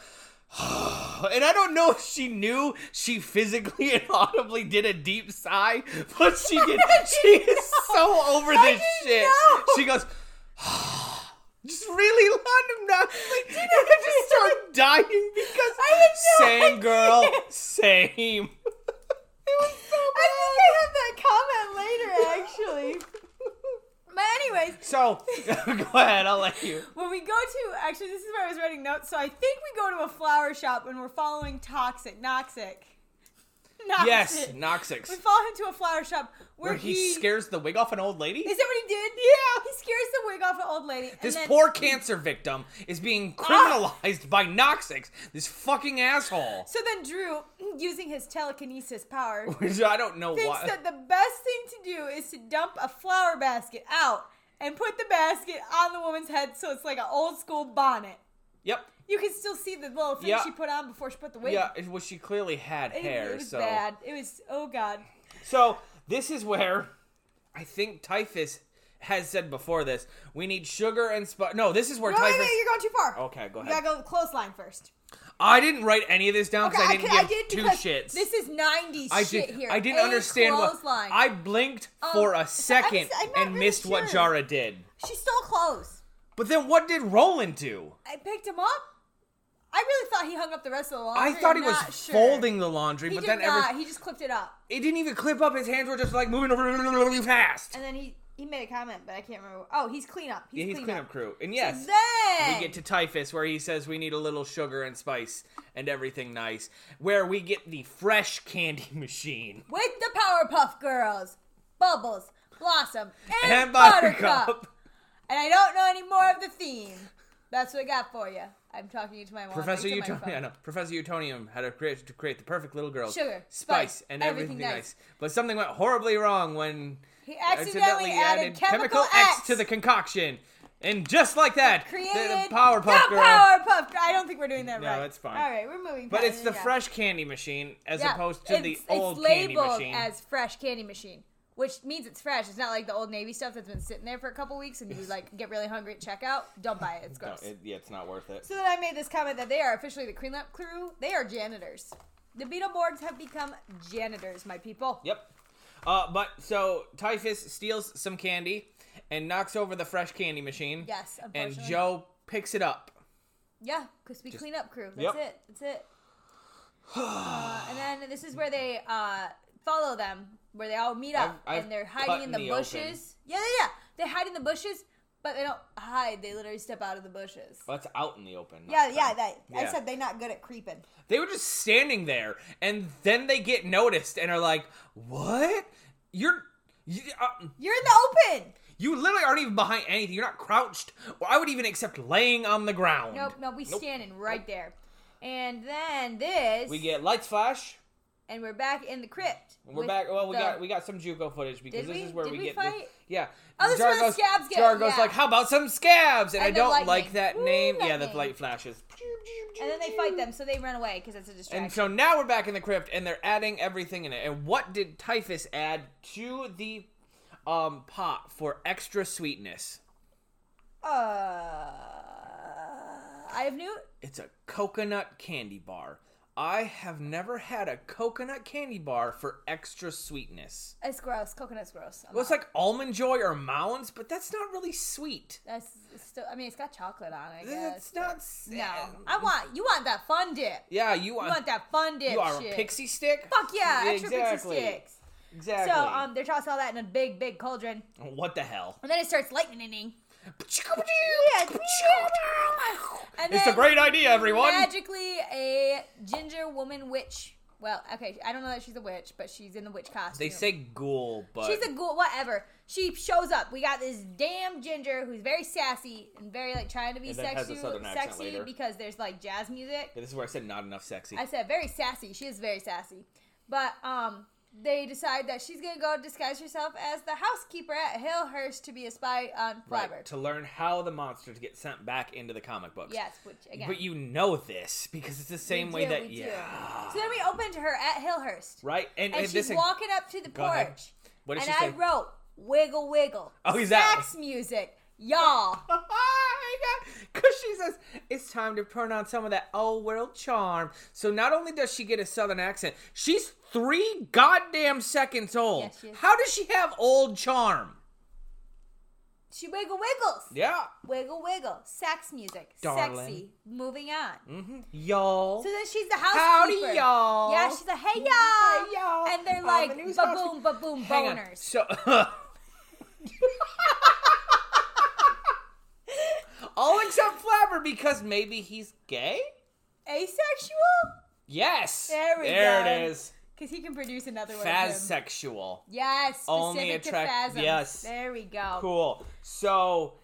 A: <sighs> And I don't know if she knew she physically and audibly did a deep sigh, but she
B: <laughs>
A: did. she is so over this
B: didn't
A: shit.
B: know.
A: She goes, <sighs> just really loud
B: <laughs>
A: and not like, and I just start dying <laughs> because
B: I
A: same
B: had <laughs> no <laughs>
A: girl,
B: idea.
A: same.
B: <laughs> I think I have that comment later, actually. <laughs> but anyways,
A: So <laughs> go ahead, I'll let you.
B: when we go to actually, this is where I was writing notes. So I think we go to a flower shop and we're following Toxic, Noxic. Noxic.
A: Yes, Noxix.
B: We follow him to a flower shop where,
A: Where he scares the wig off an old lady?
B: Is that what he did? Yeah. He scares the wig off an old lady. and
A: This
B: then- Ah!
A: poor cancer victim is being criminalized by Noxix, this fucking asshole.
B: So then Drew, <clears throat> using his telekinesis
A: <laughs>
B: power,
A: Which I don't know
B: thinks
A: why.
B: that the best thing to do is to dump a flower basket out and put the basket on the woman's head so it's like an old school bonnet.
A: Yep.
B: You can still see the little thing
A: Yeah.
B: she put on before she put the wig.
A: Yeah, it- well, she clearly had
B: It,
A: hair,
B: it was
A: so.
B: bad. It was oh god.
A: So, this is where I think Typhus has said before this we need sugar and spice. No, this is where
B: No, wait,
A: Typhus.
B: wait, you're going too far.
A: Okay, go
B: You
A: ahead.
B: gotta go with clothesline first.
A: I didn't write any of this down because I didn't
B: could-
A: give two
B: because
A: shits.
B: This is '90s
A: I
B: shit
A: did.
B: here.
A: I didn't
B: A
A: understand what
B: clothesline.
A: I blinked for
B: so
A: a
B: I was-
A: second
B: I'm not
A: and
B: really
A: missed what
B: sure.
A: Jara did.
B: She stole clothes.
A: But then what did Roland do?
B: I picked him up. I really thought he hung up the rest of the laundry.
A: I thought
B: I'm
A: he was
B: not sure.
A: folding the laundry,
B: He
A: but
B: did
A: then
B: not.
A: every,
B: He just clipped it up,
A: it didn't even clip up. His hands were just like moving really fast.
B: and then he he made a comment, but I can't remember. Oh, he's clean up. He's,
A: Yeah, he's
B: clean,
A: cleanup
B: up.
A: crew, and yes,
B: Then
A: we get to Typhus where he says we need a little sugar and spice and everything nice. Where we get the fresh candy <laughs> machine
B: with the Powerpuff Girls, Bubbles, Blossom, and,
A: and
B: Buttercup.
A: Buttercup.
B: And I don't know any more of the theme. That's what I got for you. I'm talking you to my wand,
A: Professor
B: like, Oh, to my phone.
A: Utonium, no, Professor Utonium had to create to create the perfect little girl,
B: Sugar,
A: spice,
B: spice,
A: and everything,
B: everything
A: nice.
B: nice.
A: But something went horribly wrong when
B: He accidentally, added, chemical,
A: X. to the concoction, and just like that, the-
B: created
A: the Powerpuff
B: the
A: Girl.
B: Powerpuff Girl. I don't think we're doing that
A: No,
B: right.
A: it's fine.
B: All right, we're moving.
A: but
B: past
A: it's
B: it,
A: the
B: yeah.
A: fresh candy machine as
B: Yeah,
A: opposed to the
B: it's,
A: old
B: it's labeled
A: candy machine.
B: as fresh candy machine, which means it's fresh. It's not like the old Navy stuff that's been sitting there for a couple weeks and you like get really hungry at checkout. Don't buy
A: <laughs>
B: it. It's
A: no,
B: gross.
A: it, yeah, it's not worth it.
B: so then I made this comment that they are officially the cleanup crew. They are janitors. The Beetleborgs have become janitors, my people.
A: Yep. Uh, but so Typhus steals some candy and knocks over the fresh candy machine.
B: Yes,
A: And
B: unfortunately.
A: Joe picks it up.
B: Yeah, because we clean up crew.
A: Yep.
B: That's it. That's
A: <sighs>
B: it. uh, and then this is where they uh, follow them, where they all meet up
A: I've- I've
B: and they're
A: cut
B: hiding in the
A: me open.
B: bushes. Yeah, yeah, yeah. They hide in the bushes, But they don't hide. They literally step out of the bushes.
A: Well, that's out in the open.
B: Yeah,
A: not-
B: yeah. That I
A: Yeah.
B: said they're not good at creeping.
A: They were just standing there, and then they get noticed and are like, "What? You're." You, uh,
B: You're in the open.
A: you literally aren't even behind anything. You're not crouched, or I would even accept laying on the ground.
B: Nope, nope. We standing right there. And then this,
A: We get lights flash.
B: and we're back in the crypt.
A: and We're
B: with
A: back. Well, we
B: the-
A: got we got some JUCO footage because
B: Did
A: this
B: we?
A: is where
B: Did
A: we,
B: we
A: get
B: fight?
A: The, yeah.
B: Oh, this is where the
A: Jargo's-
B: scabs get-
A: Jargo's
B: yeah.
A: like, "How about some scabs?" And, I
B: And the
A: don't
B: lightning.
A: like that
B: Woo,
A: name. Yeah, the
B: lightning.
A: light flashes.
B: and then they fight them, so they run away because it's a distraction.
A: And so now we're back in the crypt, and they're adding everything in it. And what did Typhus add to the um, pot for extra sweetness?
B: uh, I have new.
A: It's a coconut candy bar. I have never had a coconut candy bar for extra sweetness.
B: It's gross. Coconut's gross. I'm
A: Well, it's
B: out.
A: like almond joy or mounds, but that's not really sweet.
B: That's it's still. I mean, it's got chocolate on it. I guess.
A: That's not.
B: No, I want you want that fun dip.
A: Yeah, you
B: You
A: want.
B: want that fun dip?
A: you are
B: shit.
A: a pixie stick.
B: Fuck yeah! Extra
A: Exactly.
B: pixie sticks.
A: Exactly.
B: So um, they're tossing all that in a big, big cauldron,
A: what the hell?
B: and then it starts lightning.
A: <laughs>
B: And
A: It's a
B: then
A: great idea, everyone.
B: Magically, a ginger woman witch. Well, okay, I don't know that she's a witch, but she's in the witch costume.
A: They say ghoul, but
B: she's a ghoul. Whatever. She shows up. We got this damn ginger who's very sassy and very like trying to be
A: And then has a
B: sexy,
A: southern accent
B: sexy
A: later.
B: because there's like jazz music.
A: Yeah, this is where I said not enough sexy.
B: I said very sassy. She is very sassy. But um they decide that she's gonna go disguise herself as the housekeeper at Hillhurst to be a spy on
A: right,
B: Flabber.
A: to learn how the monsters get sent back into the comic books.
B: Yes, which again.
A: But you know this because it's the same
B: we
A: way
B: do,
A: that
B: we do.
A: yeah,
B: So then we opened her at Hillhurst.
A: right. And,
B: And
A: and
B: she's
A: this
B: walking up to the
A: Go ahead.
B: porch.
A: what did
B: And
A: she
B: I
A: say? <laughs>
B: wrote Wiggle Wiggle.
A: Oh, is that-
B: Sax music. Y'all.
A: Oh Because she says it's time to put on some of that old world charm. So not only does she get a southern accent, she's three goddamn seconds old.
B: Yes, she is.
A: How does she have old charm?
B: She wiggle wiggles.
A: Yeah,
B: Wiggle wiggle. Sax music.
A: Darling.
B: Sexy. Moving on.
A: y'all.
B: So then she's the
A: Howdy,
B: housekeeper.
A: y'all.
B: Yeah, she's like, hey y'all.
A: Hey, y'all.
B: And they're
A: I'm
B: like,
A: the news
B: ba
A: housekeeper.
B: boom, ba boom,
A: Hang on.
B: boners.
A: So. <laughs> All except Flabber because maybe he's gay?
B: Asexual?
A: Yes.
B: There we go.
A: it is.
B: Because he can produce another one. of them.
A: Fazzsexual.
B: Yes, specific
A: Only
B: to
A: attract-
B: phasms.
A: yes.
B: There we go.
A: Cool. So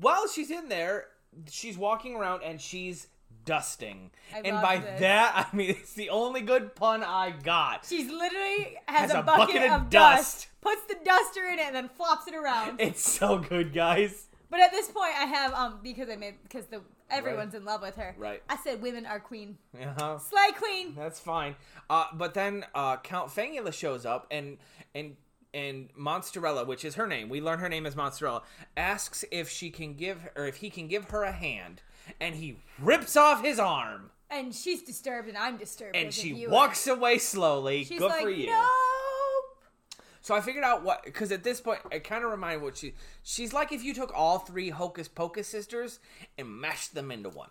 A: while she's in there, she's walking around and she's dusting.
B: I
A: and
B: love
A: by
B: this.
A: that, I mean it's the only good pun I got.
B: She's literally has,
A: Has
B: a, bucket, of, dust. puts the duster in it, and then flops it around.
A: It's so good, guys.
B: but at this point, I have um because I made because the everyone's in love with her.
A: Right.
B: I said women are queen,
A: Uh-huh.
B: slay queen.
A: That's fine. Uh, but then uh, Count Fangula shows up and and and Monsterella, which is her name, we learn her name is Monsterella, asks if she can give or if he can give her a hand, and he rips off his arm
B: And she's disturbed, and I'm disturbed.
A: and
B: as a
A: she
B: viewer.
A: walks away slowly.
B: She's
A: Good
B: like,
A: for you.
B: no.
A: So I figured out what because at this point I kind of remind what she she's like if you took all three Hocus Pocus sisters and mashed them into one.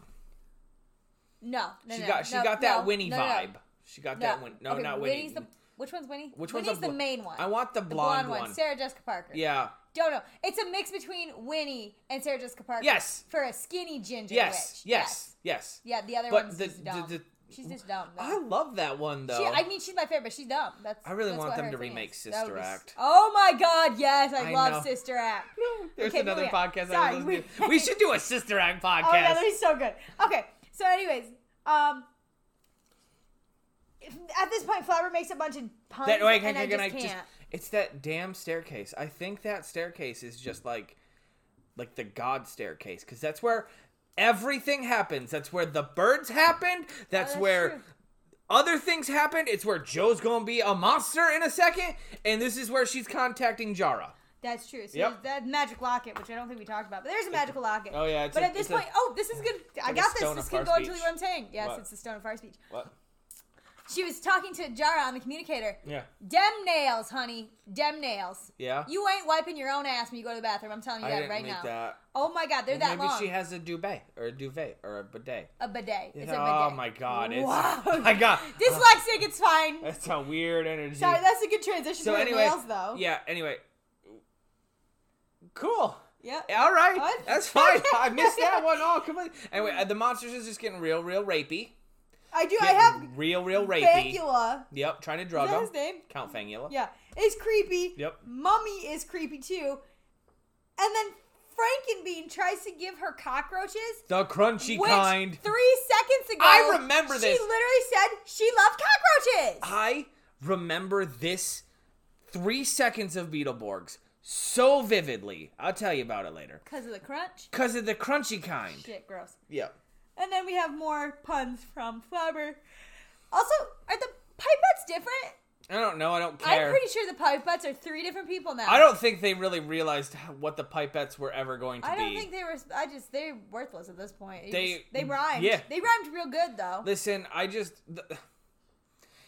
B: No, no,
A: She
B: no,
A: got she
B: no,
A: got that
B: no,
A: Winnie
B: no, no, no.
A: vibe. She got
B: No,
A: that Winnie. No,
B: okay,
A: not Winnie.
B: Winnie's the, which one's Winnie?
A: Which one's
B: Winnie's
A: the
B: the,
A: bl-
B: main one?
A: I want the
B: the
A: blonde,
B: blonde one.
A: one.
B: Sarah Jessica Parker.
A: Yeah.
B: Don't know. It's a mix between Winnie and Sarah Jessica Parker.
A: Yes.
B: For a skinny ginger
A: Yes.
B: witch.
A: Yes. Yes.
B: Yeah, the other
A: But
B: one's
A: the-
B: just dumb.
A: the- the-
B: she's just dumb. Though.
A: I love that one though.
B: she, I mean, she's my favorite, but she's dumb. That's.
A: I really
B: that's
A: want
B: what
A: them
B: her
A: to
B: thing
A: remake
B: is. That would
A: Sister
B: be s-
A: Act.
B: Oh my God! Yes, I,
A: I
B: love
A: know.
B: Sister Act.
A: There's
B: Okay,
A: another
B: moving on.
A: podcast I
B: Sorry,
A: was
B: we-
A: listening to. We should do a Sister Act podcast.
B: <laughs> Oh yeah, that'd be so good. Okay, so anyways, um, if- at this point, Flower makes a bunch of puns,
A: That wait,
B: and
A: can,
B: I
A: can
B: just
A: I
B: can't.
A: just it's that damn staircase. I think that staircase is just like like the god staircase cuz that's where everything happens. That's where the birds happened. That's,
B: Oh, that's
A: where
B: true.
A: other things happened. It's where Joe's going to be a monster in a second and this is where she's contacting Jara.
B: That's true. So
A: Yep.
B: there's that magic locket, which I don't think we talked about, but there's a magical locket.
A: oh, yeah, it's
B: but
A: a-
B: at this
A: it's a-
B: point, oh, this is good. I
A: a
B: got this.
A: stone
B: This
A: of
B: can
A: far
B: go into
A: speech.
B: what I'm saying. Yes,
A: What?
B: it's the stone of fire speech.
A: What?
B: She was talking to Jara on the communicator.
A: Yeah.
B: Dem nails, honey. Dem nails.
A: Yeah.
B: You ain't wiping your own ass when you go to the bathroom. I'm telling you
A: I
B: that
A: didn't
B: right
A: make
B: now.
A: that.
B: Oh my god, they're that
A: Maybe
B: long.
A: she has a duvet or a duvet or a bidet.
B: a bidet. It's a bidet.
A: oh my god. It's
B: Wow.
A: <laughs> my god.
B: Dyslexic, it's fine.
A: <laughs> That's a weird energy.
B: Sorry, that's a good transition
A: So
B: for
A: anyway,
B: nails, though.
A: yeah. Anyway, cool.
B: Yep.
A: All right,
B: What? <laughs>
A: that's fine. I missed that one. Oh, come on. Anyway, uh, the monsters is just getting real, real rapey.
B: I do. I
A: Getting
B: have
A: real, real rapey.
B: Fangula.
A: Yep, trying to
B: Is
A: drug
B: that
A: him.
B: his name?
A: Count Fangula.
B: Yeah, it's creepy.
A: Yep.
B: Mummy is creepy too. And then Frankenbean tries to give her cockroaches.
A: The crunchy
B: which
A: kind.
B: Three seconds ago,
A: I remember
B: she
A: this. Ah.
B: She literally said she loved cockroaches.
A: I remember this three seconds of Beetleborgs so vividly. I'll tell you about it later.
B: Because of the crunch.
A: Because of the crunchy kind.
B: Shit, gross.
A: Yep.
B: And then we have more puns from Flubber. Also, are the pipettes different?
A: I don't know. I don't care.
B: I'm pretty sure the pipettes are three different people now.
A: I don't think they really realized h- what the pipettes were ever going to
B: I don't
A: be.
B: think they were. I just they're worthless at this point. It
A: They-
B: just- they rhymed.
A: yeah.
B: They rhymed real good though.
A: Listen, I just th- <sighs>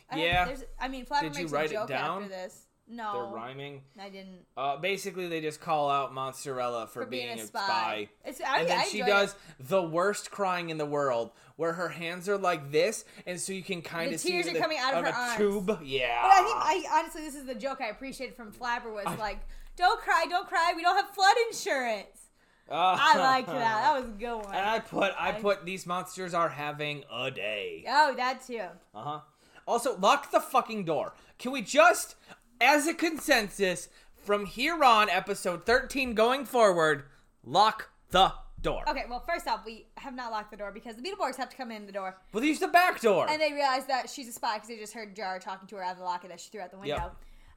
B: I don't-
A: Yeah.
B: there's- I mean, Flabber
A: Did you
B: makes
A: write
B: a
A: it
B: joke
A: down?
B: after this. No.
A: they're rhyming.
B: I didn't.
A: Uh, basically, they just call out Mozzarella for,
B: For being, a spy.
A: spy.
B: It's, I,
A: and then
B: I
A: she
B: enjoyed it.
A: does the worst crying in the world, where her hands are like this, and so you can kind
B: The
A: of see
B: tears are
A: the-
B: coming out of
A: on
B: her
A: a
B: arms.
A: tube. Yeah,
B: But I think I honestly, this is the joke I appreciated from Flabber was like, "Don't cry, don't cry. We don't have flood insurance."
A: <laughs>
B: I liked that. That was a good one.
A: And Uh, I put I
B: I-
A: put these monsters are having a day.
B: oh, that too.
A: Uh huh. Also, lock the fucking door. Can we just, as a consensus, from here on, episode thirteen going forward, lock the door.
B: Okay, well, first off, we have not locked the door because the Beetleborgs have to come in the door,
A: Well, they use the back door.
B: and they realize that she's a spy because they just heard Jar talking to her out of the locker that she threw out the window.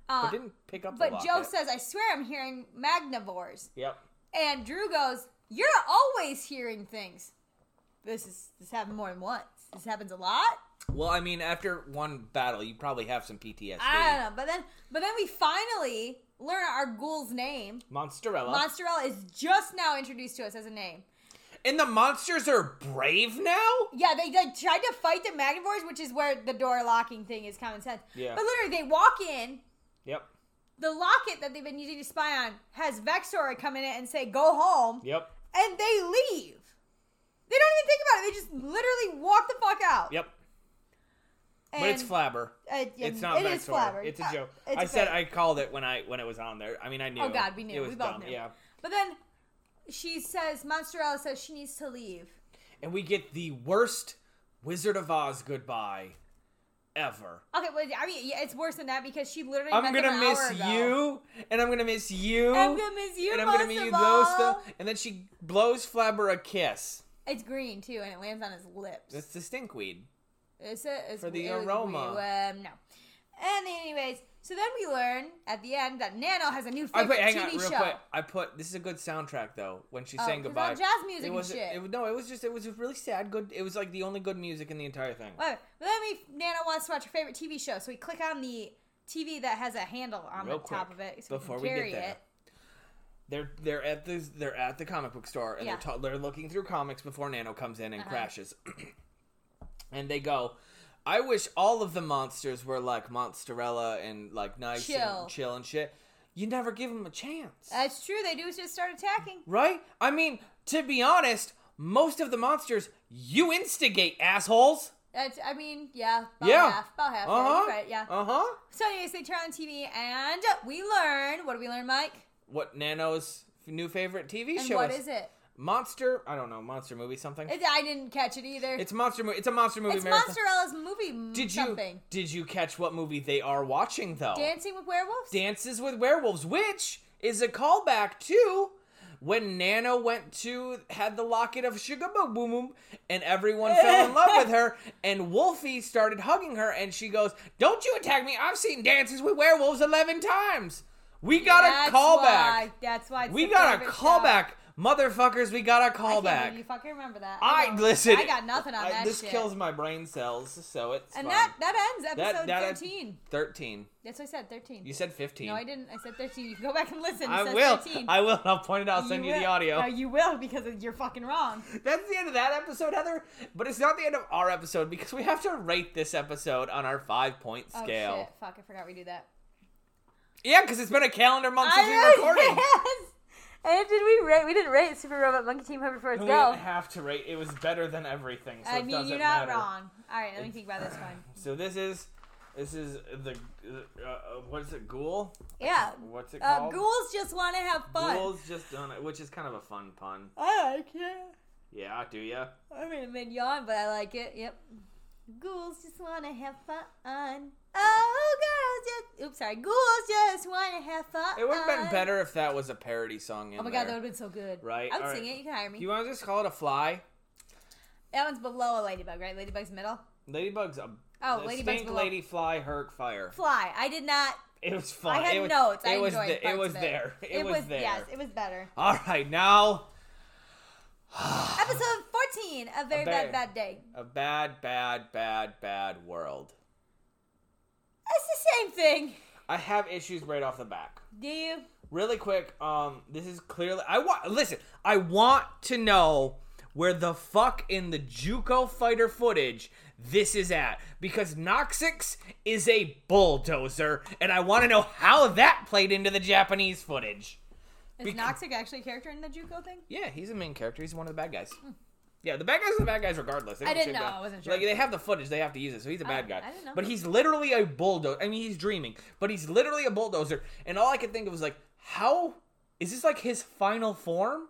A: But
B: Uh,
A: didn't pick up. the
B: but
A: lock
B: Joe
A: yet.
B: says, "I swear I'm hearing magnivores,"
A: Yep.
B: and Drew goes, "You're always hearing things." This is this happened more than once. This happens a lot.
A: Well, I mean, after one battle, you probably have some PTSD.
B: I don't know. But then, but then we finally learn our ghoul's name.
A: Monsterella.
B: Monsterella is just now introduced to us as a name.
A: and the monsters are brave now?
B: Yeah, they, they tried to fight the Magnivores, which is where the door locking thing is common sense.
A: Yeah.
B: But literally, they walk in.
A: Yep.
B: The locket that they've been using to spy on has Vexora come in it and say, "Go home,"
A: Yep.
B: and they leave. They don't even think about it. They just literally walk the fuck out.
A: Yep.
B: And,
A: but it's Flabber.
B: uh, yeah,
A: It's not
B: it is
A: Vexor.
B: Flabber.
A: It's
B: Uh,
A: a joke.
B: it's
A: I said
B: okay.
A: I called it when I when it was on there. I mean, I knew.
B: Oh God, we knew.
A: It was
B: we both
A: dumb.
B: knew.
A: Yeah.
B: But then she says, Monsterella says she needs to leave.
A: And we get the worst Wizard of Oz goodbye ever.
B: Okay, well, I mean, yeah, it's worse than that because she literally.
A: I'm
B: met them
A: gonna
B: an
A: miss
B: hour ago.
A: you, and I'm gonna miss you,
B: I'm gonna miss you.
A: and I'm gonna
B: most
A: miss
B: of
A: you. Those
B: all.
A: stuff. And then she blows Flabber a kiss.
B: It's green too, and it lands on his lips.
A: That's the stinkweed.
B: It's a, it's
A: For the
B: it was
A: aroma.
B: we- um, no. And anyways, so then we learn at the end that Nano has a new
A: I
B: favorite
A: put, hang
B: TV
A: on, real
B: show.
A: quick. I put this is a good soundtrack though. When she's
B: Oh,
A: saying
B: 'cause
A: goodbye,
B: all jazz music
A: it
B: and
A: was
B: shit.
A: It, was- no, it was just it was a really sad. Good. It was like the only good music in the entire thing.
B: Wait, but then we Nano wants to watch her favorite TV show, so we click on the TV that has a handle on
A: Real
B: the top
A: quick,
B: of it. So
A: before
B: we
A: we
B: can
A: get
B: carry
A: there.
B: it.
A: They're they're at the they're at the comic book store and
B: Yeah.
A: they're ta- they're looking through comics before Nano comes in and
B: Uh-huh.
A: crashes, <clears throat> and they go. I wish all of the monsters were like Monsterella and like nice
B: Chill.
A: and chill and shit. You never give them a chance,
B: That's true. They do just start attacking.
A: right? I mean, to be honest, most of the monsters you instigate, assholes.
B: That's, I mean, yeah, about
A: Yeah.
B: half, about half,
A: Uh huh.
B: right? right? Yeah.
A: Uh huh.
B: So, anyways, they turn on TV, and we learn. What do we learn, Mike?
A: What Nano's f- new favorite TV
B: And
A: show
B: what
A: is?
B: is it?
A: Monster. I don't know. Monster movie something. It's,
B: It's, I didn't catch it either.
A: monster movie. It's a monster movie.
B: It's
A: marathon.
B: Monsterella's movie. m-
A: Did you
B: something.
A: did you catch what movie they are watching though?
B: Dancing with werewolves.
A: Dances with Werewolves, which is a callback to when Nana went to had the locket of Shugaba Boom Boom, and everyone fell in love with
B: <laughs>
A: her, and Wolfie started hugging her, and she goes, "Don't you attack me! I've seen Dances with Werewolves eleven times. We got
B: That's
A: a callback.
B: Why, that's why. It's
A: We
B: the
A: got a
B: favorite show.
A: callback, motherfuckers. We got a
B: I can't believe
A: callback.
B: You fucking remember that?
A: I,
B: don't-
A: listen.
B: I got nothing on
A: I-
B: that
A: This
B: shit.
A: kills my brain cells, so it's
B: and
A: fine.
B: that that ends
A: That-
B: episode
A: that-
B: thirteen.
A: Thirteen.
B: That's what I said. Thirteen.
A: You said fifteen.
B: no, I didn't. I said thirteen. You can go back and listen. It
A: I
B: says
A: will. <laughs>
B: 13.
A: I will. and I'll point it out. Send you, the
B: will.
A: audio.
B: No, you will because you're fucking wrong.
A: That's the end of that episode, Heather. But it's not the end of our episode because we have to rate this episode on our five point
B: Oh
A: scale.
B: shit! Fuck, I forgot we do that.
A: yeah, because it's been a calendar month since
B: I-
A: we recorded.
B: <laughs> Yes. And did we rate? We didn't rate Super Robot Monkey Team Hunger Force
A: We <laughs>
B: Go.
A: didn't have to rate. It was better than everything. So
B: I
A: it
B: mean,
A: doesn't
B: you're not
A: matter. <laughs>
B: wrong. All right, let me think about this one.
A: So this is This is the uh, uh, what's it ghoul?
B: Yeah.
A: What's it
B: Uh,
A: called?
B: ghouls just want to have fun.
A: Ghouls just done it, which is kind of a fun pun.
B: I like it.
A: Yeah, do ya?
B: I mean, it made yawn, but I like it. Yep. Ghouls just want to have fun. Oh, girls just. Oops, sorry. Ghouls just want to have fun.
A: It would have been better if that was a parody song. In
B: Uh, Oh my god, that would
A: there.
B: have been so good.
A: Right,
B: I would
A: all
B: sing
A: right.
B: it. You can hire me.
A: Do you want to just call it a fly?
B: that one's below a ladybug, right? Ladybug's middle.
A: Ladybug's a
B: Oh,
A: the
B: ladybug's
A: stink
B: below.
A: lady fly herc fire.
B: Fly. I did not.
A: It was fun.
B: I had
A: Oh, it was,
B: notes.
A: It
B: I
A: was
B: enjoyed
A: the-
B: parts
A: it was
B: of it.
A: there. It, was, there.
B: Yes, it was better.
A: All right, now
B: Episode 14 A Very
A: bear.
B: Bad Bad Day.
A: a bad, bad, bad, bad world.
B: It's the same thing.
A: I have issues right off the back.
B: Do you?
A: Really quick, um, this is clearly I want listen. I want to know where the fuck in the JUCO fighter footage this is at because Noxix is a bulldozer, and I want to know how that played into the Japanese footage.
B: Is Noxic actually a character in the Juco thing?
A: Yeah, he's the main character. He's one of the bad guys. Hmm. Yeah, the bad guys are the bad guys regardless. They
B: I
A: don't
B: didn't
A: shave
B: know.
A: down.
B: I wasn't
A: Like
B: sure.
A: they have the footage, they have to use it. So he's a bad guy.
B: I didn't know.
A: But he's literally a bulldozer. I mean, he's dreaming, but he's literally a bulldozer. And all I could think of was like, how is this like his final form?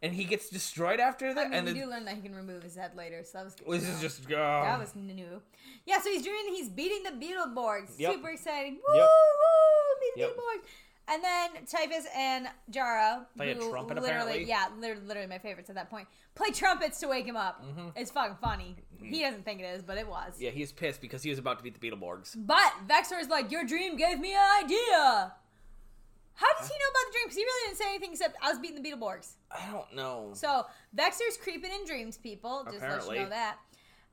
A: And he gets destroyed after that.
B: I mean,
A: Uh, and
B: we
A: then
B: do learn that he can remove his head later, so that was good.
A: this
B: to
A: is
B: know.
A: just oh.
B: That
A: ugh.
B: was new. Yeah, so he's doing. He's beating the Beetleborgs.
A: Yep.
B: Super exciting! Woo
A: Yep.
B: woo! Beat the
A: Yep.
B: Beetleborgs. And then Typhus and Jaro
A: Play a
B: who
A: trumpet,
B: literally,
A: apparently.
B: yeah, they're literally my favorites at that point. Play trumpets to wake him up. It's fucking funny. He doesn't think it is, but it was.
A: Mm-hmm. yeah, he's pissed because he was about to beat the Beetleborgs.
B: But Vexor's like, your dream gave me an idea. How does he know about the dream? Because he really didn't say anything except I was beating the Beetleborgs.
A: I don't know.
B: So Vexor's creeping in dreams, people. Just let
A: Apparently.
B: you know that.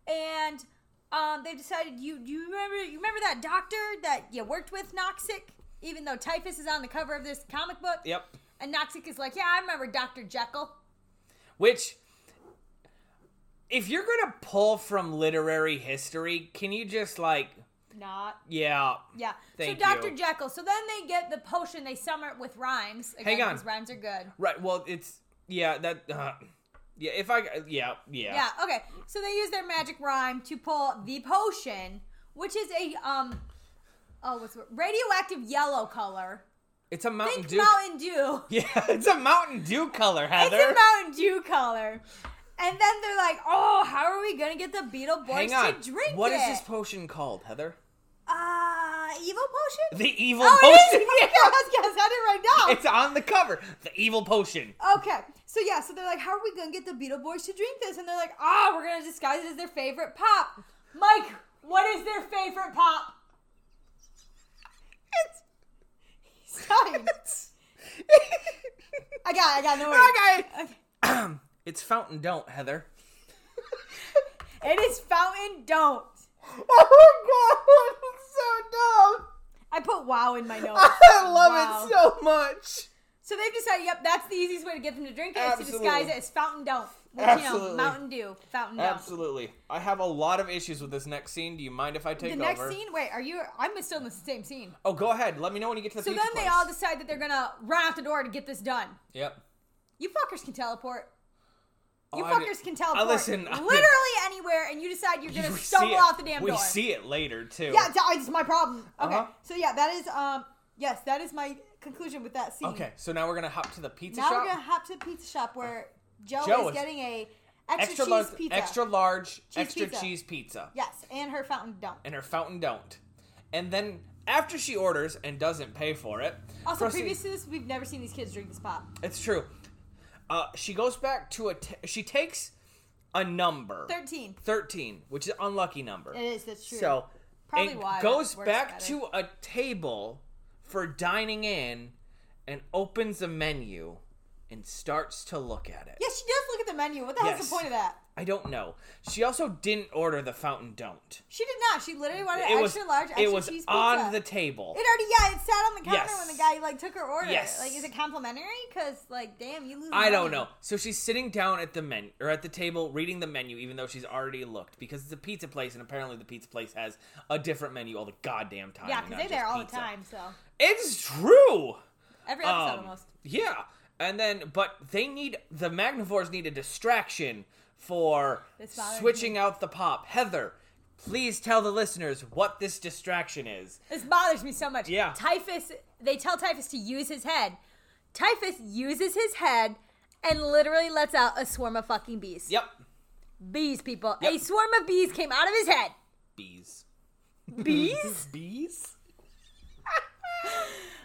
B: And um, they decided you you remember you remember that doctor that you worked with, Noxic? Even though Typhus is on the cover of this comic book.
A: yep.
B: And Noxic is like, Yeah, I remember Dr. Jekyll.
A: Which, if you're gonna pull from literary history, can you just like,
B: Not.
A: yeah,
B: Yeah.
A: Thank
B: so Dr.
A: you.
B: Jekyll. So then they get the potion, they summer it with rhymes. Again,
A: Hang on.
B: Because rhymes are good.
A: Right. Well, it's yeah. That uh, yeah. If I yeah yeah.
B: Yeah, okay. So they use their magic rhyme to pull the potion, which is a um oh what's the- radioactive yellow color.
A: It's a Mountain
B: Think
A: Dew.
B: Mountain Dew.
A: <laughs> yeah, it's a Mountain Dew color, Heather.
B: It's a Mountain Dew color. And then they're like, "Oh, how are we gonna get the Beetleborgs
A: Hang on.
B: to drink
A: What
B: it?"
A: is this potion called, Heather? <laughs>
B: Uh, evil potion.
A: The evil
B: oh, it
A: potion.
B: is. Oh my
A: <laughs>
B: God, <laughs> I was gonna say it right now.
A: it's on the cover. The evil potion.
B: okay, so yeah, so they're like, "How are we gonna get the Beetleborgs to drink this?" And they're like, "Ah, we're gonna disguise it as their favorite pop." Mike, what is their favorite pop? <laughs> It's. <laughs>
A: <laughs>
B: I got. It, I got. No worries.
A: Okay.
B: Okay.
A: <clears throat> it's Fountain Don't,
B: <laughs>
A: Heather.
B: It is fountain don't. <laughs>
A: Oh my god,
B: I put wow
A: <laughs>
B: in my notes. Wow.
A: so much.
B: So they've decided, yep, that's the easiest way to get them to drink it is to
A: Absolutely.
B: disguise it as Fountain Don't. Which, you know,
A: Absolutely.
B: Mountain Dew. Fountain Don't.
A: Absolutely. I have a lot of issues with this next scene. Do you mind if I take
B: The next
A: over?
B: scene, wait, are you, I'm still in the same scene.
A: Oh, go ahead. Let me know when you get to the
B: So
A: pizza
B: then they
A: place.
B: all decide that they're gonna run out the door to get this done.
A: Yep.
B: You fuckers can teleport. You
A: Oh, I
B: fuckers
A: did-
B: can teleport.
A: I listen. I did-
B: literally anywhere, and you decide you're gonna
A: We see
B: stumble
A: it-
B: out the damn
A: we
B: door.
A: see it later too.
B: yeah, it's- it's my problem. Okay,
A: Uh-huh.
B: so yeah, that is, um, yes, that is my conclusion with that scene.
A: Okay, so now we're gonna hop to the pizza
B: Now
A: shop.
B: we're gonna hop to the pizza shop where Joe,
A: Joe
B: is,
A: is-
B: getting a extra,
A: extra
B: cheese
A: large,
B: pizza.
A: extra large, extra
B: pizza.
A: cheese pizza,
B: Yes, and her fountain don't.
A: and her fountain don't. And then after she orders and doesn't pay for it,
B: Also,
A: proceed-
B: previous to this, we've never seen these kids drink this pop.
A: it's true. Uh, she goes back to a. T- she takes a number
B: 13.
A: thirteen, which is an unlucky number.
B: It is, that's true.
A: So
B: Probably
A: it
B: why that
A: goes
B: works
A: back
B: better.
A: to a table for dining in, and opens a menu, and starts to look at it.
B: Yeah, she does look at the menu. What the hell's
A: Yes.
B: the point of that?
A: I don't know. She also didn't order the fountain don't.
B: She did not. She literally wanted
A: It
B: an
A: was
B: extra large, extra
A: it was
B: cheese pizza.
A: on the table.
B: it already, yeah, it sat on the counter
A: Yes.
B: when the guy like took her order.
A: Yes.
B: Like, is it complimentary? Because like, damn, you lose.
A: I don't
B: money.
A: know. So she's sitting down at the men or at the table reading the menu, even though she's already looked because it's a pizza place, and apparently the pizza place has a different menu all the goddamn time.
B: Yeah,
A: and
B: because
A: not
B: they're there
A: just
B: all
A: pizza.
B: the time. So
A: It's true.
B: every episode
A: Um,
B: almost.
A: Yeah, and then but they need the Magnivores need a distraction for
B: This bothers
A: switching out the pop. Heather, Please tell the listeners what this distraction is.
B: This bothers me so much.
A: Yeah.
B: Typhus, they tell Typhus to use his head. Typhus uses his head and literally lets out a swarm of fucking bees.
A: Yep.
B: Bees, people. A
A: Yep.
B: swarm of bees came out of his
A: <laughs>
B: head.
A: Bees.
B: Bees?
A: Bees?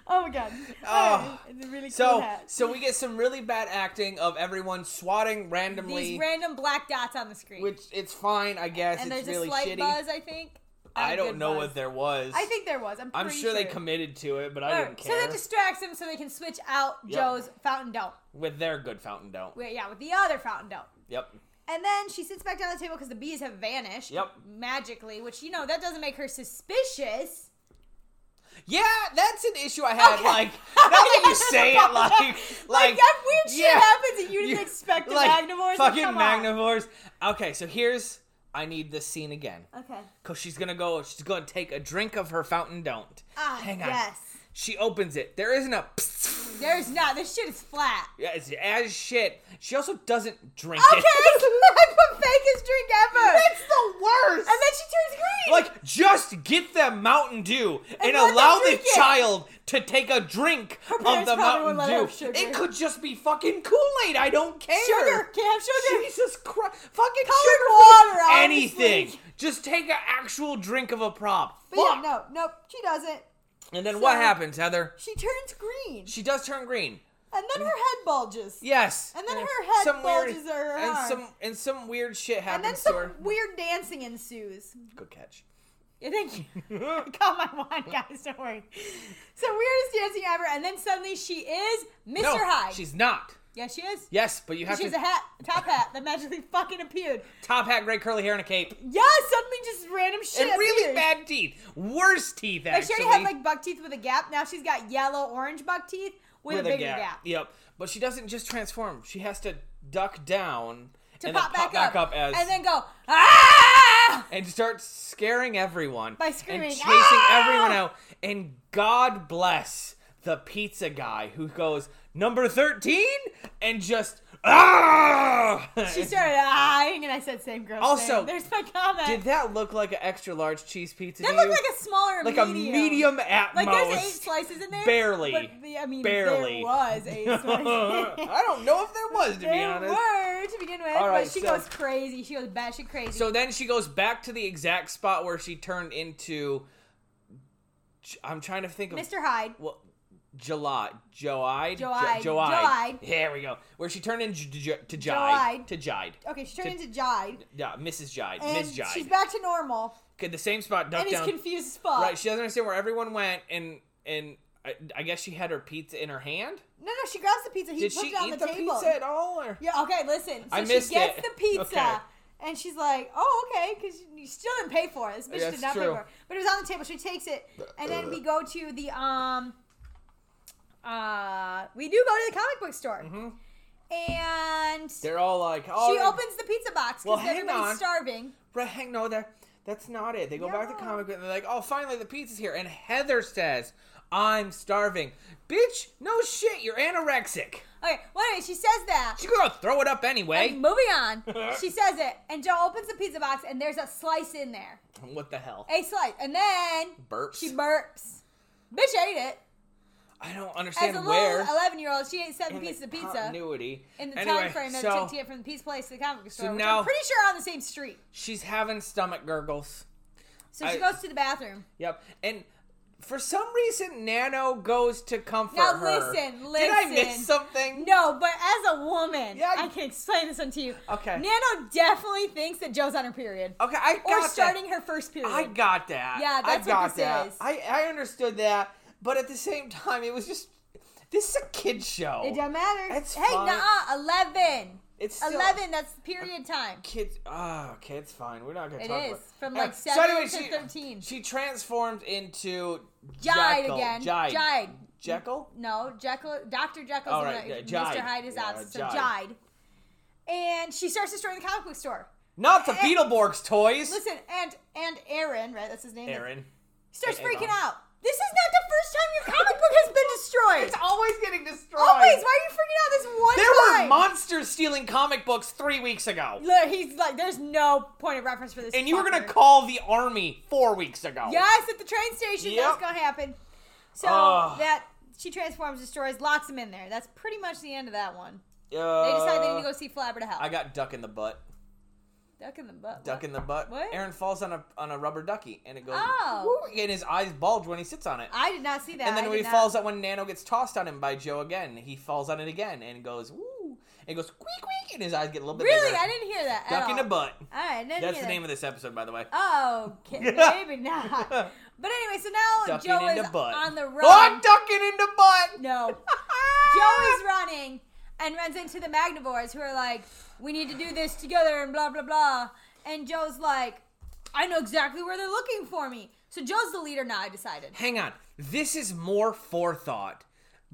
B: oh my god.
A: <laughs> Oh.
B: It's a really cool
A: So
B: hat.
A: so we get some really bad acting of everyone swatting randomly
B: These random black dots on the screen.
A: which it's fine, I guess.
B: and
A: it's
B: there's
A: really
B: a slight
A: shitty.
B: buzz, I think. Not
A: I
B: a
A: don't
B: good
A: know
B: buzz.
A: what there was.
C: I think there was. I'm,
A: I'm
C: pretty
A: sure they
C: committed.
A: committed to it, but I
B: Alright,
A: didn't
B: So
A: care.
B: that distracts him so they can switch out
A: Yep.
B: Joe's fountain don't.
A: With their good fountain don't.
B: Wait, yeah, with the other fountain don't.
A: Yep.
B: And then she sits back down at the table because the bees have vanished.
A: Yep.
B: Magically, which, you know, that doesn't make her suspicious.
A: Yeah, that's an issue I had.
B: Okay.
A: Like now that
B: <laughs>
A: you say it, like
B: Like,
A: like
B: that weird shit
A: yeah.
B: happens and you didn't
A: You-
B: expect the
A: like,
B: Magnivores.
A: Fucking
B: Come on.
A: Magnivores. Okay, so here's I need this scene again.
B: Okay.
A: Cause she's gonna go. She's gonna take a drink of her fountain don't.
B: Ah,
A: Hang on.
B: yes.
A: She opens it. There isn't a. <laughs>
B: There's not. This shit is flat.
A: Yeah, it's as shit. She also doesn't drink
B: Okay,
A: it.
B: it's the <laughs> fakest drink ever.
A: That's the worst.
B: and then she turns green.
A: like, just get them Mountain Dew and,
B: let them
A: allow the
B: drink it.
A: child to take a drink of
B: parents
A: the
B: probably won't let her
A: Mountain
B: have
A: Dew.
B: sugar.
A: It could just be fucking Kool Aid. I don't care.
B: sugar. Can't have sugar.
A: Jesus Christ. Fucking
B: Colored
A: sugar.
B: water, obviously.
A: Anything. Just take an actual drink of a prop.
B: But yeah,
A: Fuck.
B: no, nope. She doesn't.
A: And then
B: So-
A: what happens, Heather?
B: She turns green.
A: She does turn green.
B: And then her head bulges.
A: Yes.
B: And then her head bulges or her
A: and
B: arm.
A: some and some weird shit
B: And then
A: happens
B: some
A: to her.
B: weird dancing ensues.
A: Good catch.
B: Yeah, Thank you. <laughs>
A: <laughs>
B: I got my wand, guys. Don't worry. So weirdest dancing ever, and then suddenly she is Mr.
A: No,
B: Hyde.
A: she's not.
B: yeah, she is.
A: Yes, but you have
B: she has
A: to
B: a hat, top hat that magically fucking appeared.
A: top hat, gray curly hair, and a cape,
B: Yeah, suddenly just random shit.
A: and really
B: appears.
A: bad teeth. Worse teeth
B: Like
A: actually.
B: she already had like buck teeth with a gap. Now she's got yellow orange buck teeth with, a bigger gap.
A: Yep. But she doesn't just transform. She has to duck down
B: To
A: and
B: pop,
A: then pop
B: back,
A: back
B: up,
A: up, as
B: and then go ah.
A: and start scaring everyone
B: By screaming,
A: and chasing
B: "Ah!"
A: everyone out. And God bless the pizza guy who goes number thirteen and just ah.
B: She started eyeing, and I said, "Same girl."
A: Also,
B: same." there's my comment.
A: Did that look like an extra large cheese pizza?
B: that
A: to
B: looked
A: you?
B: like a smaller,
A: like a medium at
B: Like
A: most.
B: there's eight slices in there.
A: Barely.
B: But the, I mean,
A: Barely.
B: there was eight slices.
A: <laughs> I don't know if there was to be
B: there
A: honest.
B: were to begin with,
A: All right,
B: but she
A: so-
B: goes crazy. She goes batshit crazy.
A: So then she goes back to the exact spot where she turned into. I'm trying to think of
B: Mr. Hyde,
A: Well, July, Joide,
B: Joide,
A: Joide. Here we go. Where she turned into J- J- to Jide,
B: Joide.
A: to Jide.
B: okay, she turned into Jide,
A: Yeah, Mrs. Jide,
B: and
A: Miss Jide.
B: she's back to normal,
A: Okay, the same spot, duck
B: and he's
A: down.
B: confused as fuck.
A: Right, she doesn't understand where everyone went, and and I, I guess she had her pizza in her hand.
B: no, no, she grabs the pizza. He
A: Did
B: puts
A: she
B: it on
A: eat
B: the,
A: the,
B: table.
A: pizza at all? Or
B: Yeah, okay, listen. So
A: I missed
B: she gets
A: it.
B: the pizza
A: Okay.
B: and she's like, Oh, okay, because you still didn't pay for it. This bitch
A: That's
B: did not pay
A: true.
B: for it. But it was on the table, she takes it, and then we go to the um uh we do go to the comic book store. And
A: Mm-hmm. they're all like, oh,
B: she opens the pizza box
A: Well,
B: because
A: hang
B: everybody's
A: on.
B: starving.
A: Right, <laughs> hang no, that that's not it. They go back to
B: No.
A: comic book and they're like, oh, finally the pizza's here. And Heather says, I'm starving, bitch. No shit, you're anorexic.
B: Okay, well anyway, she says that.
A: She's gonna throw it up anyway.
B: And moving
A: <laughs>
B: on, she says it, and Joe opens the pizza box, and there's a slice in there.
A: What the hell?
B: A slice. And then
A: Burps.
B: she burps. Bitch ate it.
A: I don't
B: As a
A: understand where.
B: little eleven-year-old, she ate seven
A: in the
B: pieces of pizza
A: Continuity.
B: in the
A: Anyway,
B: time frame that it
A: so
B: took to get from the pizza place to the comic book store. which
A: now-
B: I'm pretty sure on the same street.
A: she's having stomach gurgles.
B: So she
A: I-
B: goes to the bathroom.
A: Yep. And for some reason, Nano goes to comfort
B: Now
A: her.
B: listen,
A: Did I
B: listen.
A: miss something?
B: No, but as a woman,
A: Yeah, I-
B: I, can explain this one to you.
A: Okay.
B: Nano definitely thinks that Joe's on her period
A: Okay, I got
B: or
A: that.
B: starting her first period.
A: I got that.
B: Yeah,
A: I
B: that's what
A: got
B: this
A: that.
B: is.
A: I, I understood that, but at the same time, it was just this is a kid show.
B: it doesn't matter.
A: It's
B: hey,
A: fine.
B: nah, eleven.
A: It's still-
B: eleven. That's period time.
A: Kids, ah, okay, it's fine. We're not gonna
B: It
A: talk
B: is
A: about
B: from
A: Anyway,
B: like seven
A: anyway,
B: to
A: she-
B: thirteen.
A: She transformed into
B: Jide
A: Jekyll.
B: again.
A: Jide.
B: Jide.
A: Jekyll.
B: No, Jekyll, Dr. Jekyll's
A: All
B: in
A: right,
B: the,
A: yeah, Jide.
B: Mr. Hyde is
A: Yeah,
B: out, so
A: Jide.
B: Jide. And she starts destroying the comic book store.
A: Not the
B: Eh.
A: Beetleborgs toys.
B: Listen, and and Aaron, right? That's his name.
A: Aaron.
B: Starts
A: Hey,
B: freaking
A: Avon.
B: out. This is not the first time your comic book has been destroyed.
A: It's always getting destroyed.
B: <laughs> Always. Why are you freaking out this one
A: There were
B: time?
A: monsters stealing comic books three weeks ago.
B: Look, he's like, there's no point of reference for this.
A: And you were going
B: fucker.
A: to call the army four weeks ago.
B: Yes, at the train station.
A: Yep.
B: That's gonna happen. So
A: Ugh.
B: that she transforms, destroys, locks him in there. That's pretty much the end of that one.
A: Uh,
B: They decide they need to go see Flabber to hell.
A: I got duck in the butt.
B: duck in the butt.
A: Duck in the butt.
B: What?
A: Aaron falls on a on a rubber ducky and it goes
B: Oh.
A: "Woo," and his eyes bulge when he sits on it.
B: I did not see that.
A: and then
B: I
A: when he
B: did not-
A: falls out when Nano gets tossed on him by Joe again, he falls on it again and goes woo and goes squeak squeak and his eyes get a little bit
B: Really,
A: bigger.
B: I didn't hear that.
A: duck in the butt.
B: All right, I didn't
A: That's
B: hear
A: the
B: that.
A: name of this episode, by the way.
B: Oh,
A: <laughs>
B: okay, maybe not. But anyway, so now
A: ducking
B: Joe
A: in
B: is
A: the butt.
B: on the run.
A: Oh, ducking in the butt. <laughs>
B: No. Joe is running and runs into the Magnivores who are like, we need to do this together and blah, blah, blah. And Joe's like, I know exactly where they're looking for me. So Joe's the leader now, I decided.
A: Hang on. This is more forethought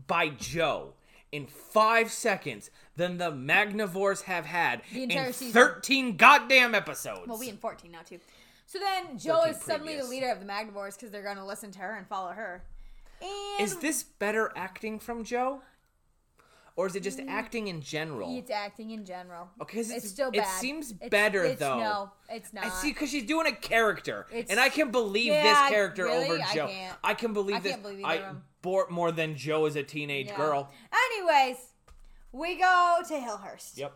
A: by Joe in five seconds than the Magnivores have had
B: The entire
A: in
B: season.
A: 13 goddamn episodes.
B: Well, we in 14 now, too. So then Joe
A: 13
B: is suddenly the
A: previous.
B: leader of the Magnivores because they're going to listen to her and follow her. And
A: Is this better acting from Joe? Or is it just acting in general?
B: Mm. it's acting in general.
A: Okay, 'cause
B: it's
A: it's-
B: still
A: it
B: bad.
A: seems
B: It's-
A: better,
B: it's-
A: though.
B: No, it's not.
A: I see, because she's doing a character,
B: It's-
A: and I can believe
B: Yeah,
A: this character
B: really?
A: over
B: I
A: Joe.
B: can't.
A: can believe
B: I
A: this.
B: can't believe either of
A: I
B: 'em.
A: bore more than Joe as a teenage
B: Yeah.
A: girl.
B: Anyways, we go to Hillhurst.
A: Yep.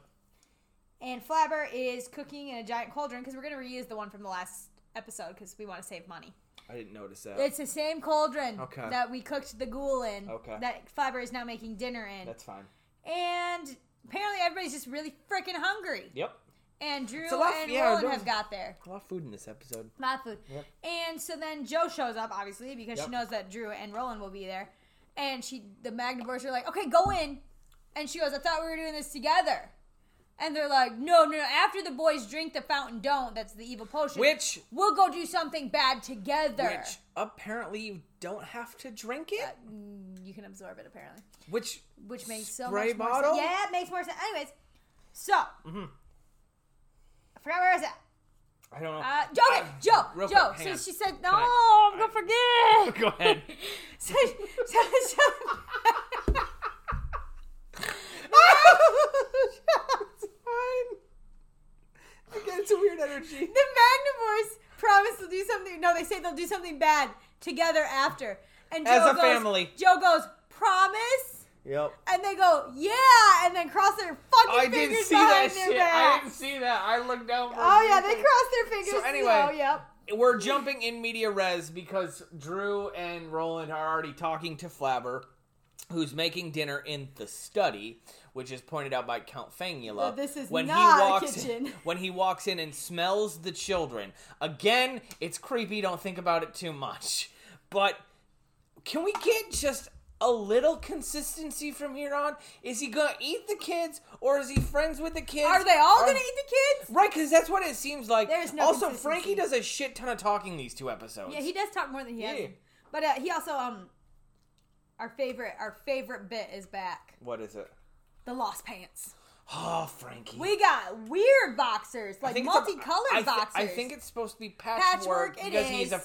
B: And Flabber is cooking in a giant cauldron because we're going to reuse the one from the last episode because we want to save money.
A: I didn't notice that.
B: It's the same cauldron
A: Okay.
B: that we cooked the ghoul in
A: Okay.
B: that Flabber is now making dinner in.
A: That's fine.
B: and apparently everybody's just really freaking hungry.
A: Yep.
B: And Drew
A: a lot-
B: and
A: yeah,
B: Roland
A: those-
B: have got there.
A: A lot of food in this episode.
B: My food.
A: Yep.
B: And so then Joe shows up, obviously, because
A: Yep.
B: she knows that Drew and Roland will be there. And she, the Magnivores are like, okay, go in. And she goes, I thought we were doing this together. And they're like, no, no, no. After the boys drink the fountain, don't. That's the evil potion.
A: Which
B: We'll go do something bad together. Uh,
A: Which apparently you don't have to drink it.
B: You can absorb it, apparently.
A: Which
B: Which makes so
A: Spray
B: much more
A: bottle? Mm-hmm.
B: sense. Yeah, it makes more sense. Anyways, so. I forgot where I was at.
A: I don't know.
B: Uh, Joe, okay, Joe,
A: Oh, real
B: Joe.
A: quick,
B: So
A: hang
B: she
A: on. <laughs>
B: said, "No,
A: Can
B: I, am
A: I-
B: gonna forget."
A: <laughs> Go ahead.
B: <laughs> so, so, so,
A: it's fine. Again, it's a weird energy.
B: <laughs> the Magnivores promise they'll do something. No, they say they'll do something bad together after. And Joe
A: As a
B: goes,
A: family.
B: Joe goes, "Promise,"
A: Yep.
B: and they go, "Yeah," and then cross their fucking
A: I
B: fingers
A: didn't see
B: behind
A: that
B: their
A: shit. I
B: back.
A: didn't see that. I looked down. for a
B: Oh yeah, they
A: second.
B: cross their fingers.
A: So
B: slow,
A: anyway,
B: yep.
A: We're jumping in media res because Drew and Roland are already talking to Flabber, who's making dinner in the study, which is pointed out by Count Fangula.
B: But this is not a
A: walks
B: kitchen.
A: In, <laughs> when he walks in and smells the children. Again, it's creepy. Don't think about it too much. But can we get just a little consistency from here on? Is he gonna eat the kids, or is he friends with the kids?
B: Are they all gonna eat the kids?
A: Right, because that's what it seems like.
B: There's no
A: also,
B: consistency.
A: Frankie does a shit ton of talking these two episodes.
B: Yeah, he does talk more than he has.
A: Yeah.
B: But uh, he also um our favorite our favorite bit is back.
A: What is it?
B: The lost pants.
A: Oh, Frankie.
B: We got weird boxers,
A: I
B: like
A: think it's a-
B: multicolored
A: I thi-
B: boxers.
A: I think it's supposed to be patchwork,
B: patchwork. It is.
A: because he's a
B: It totally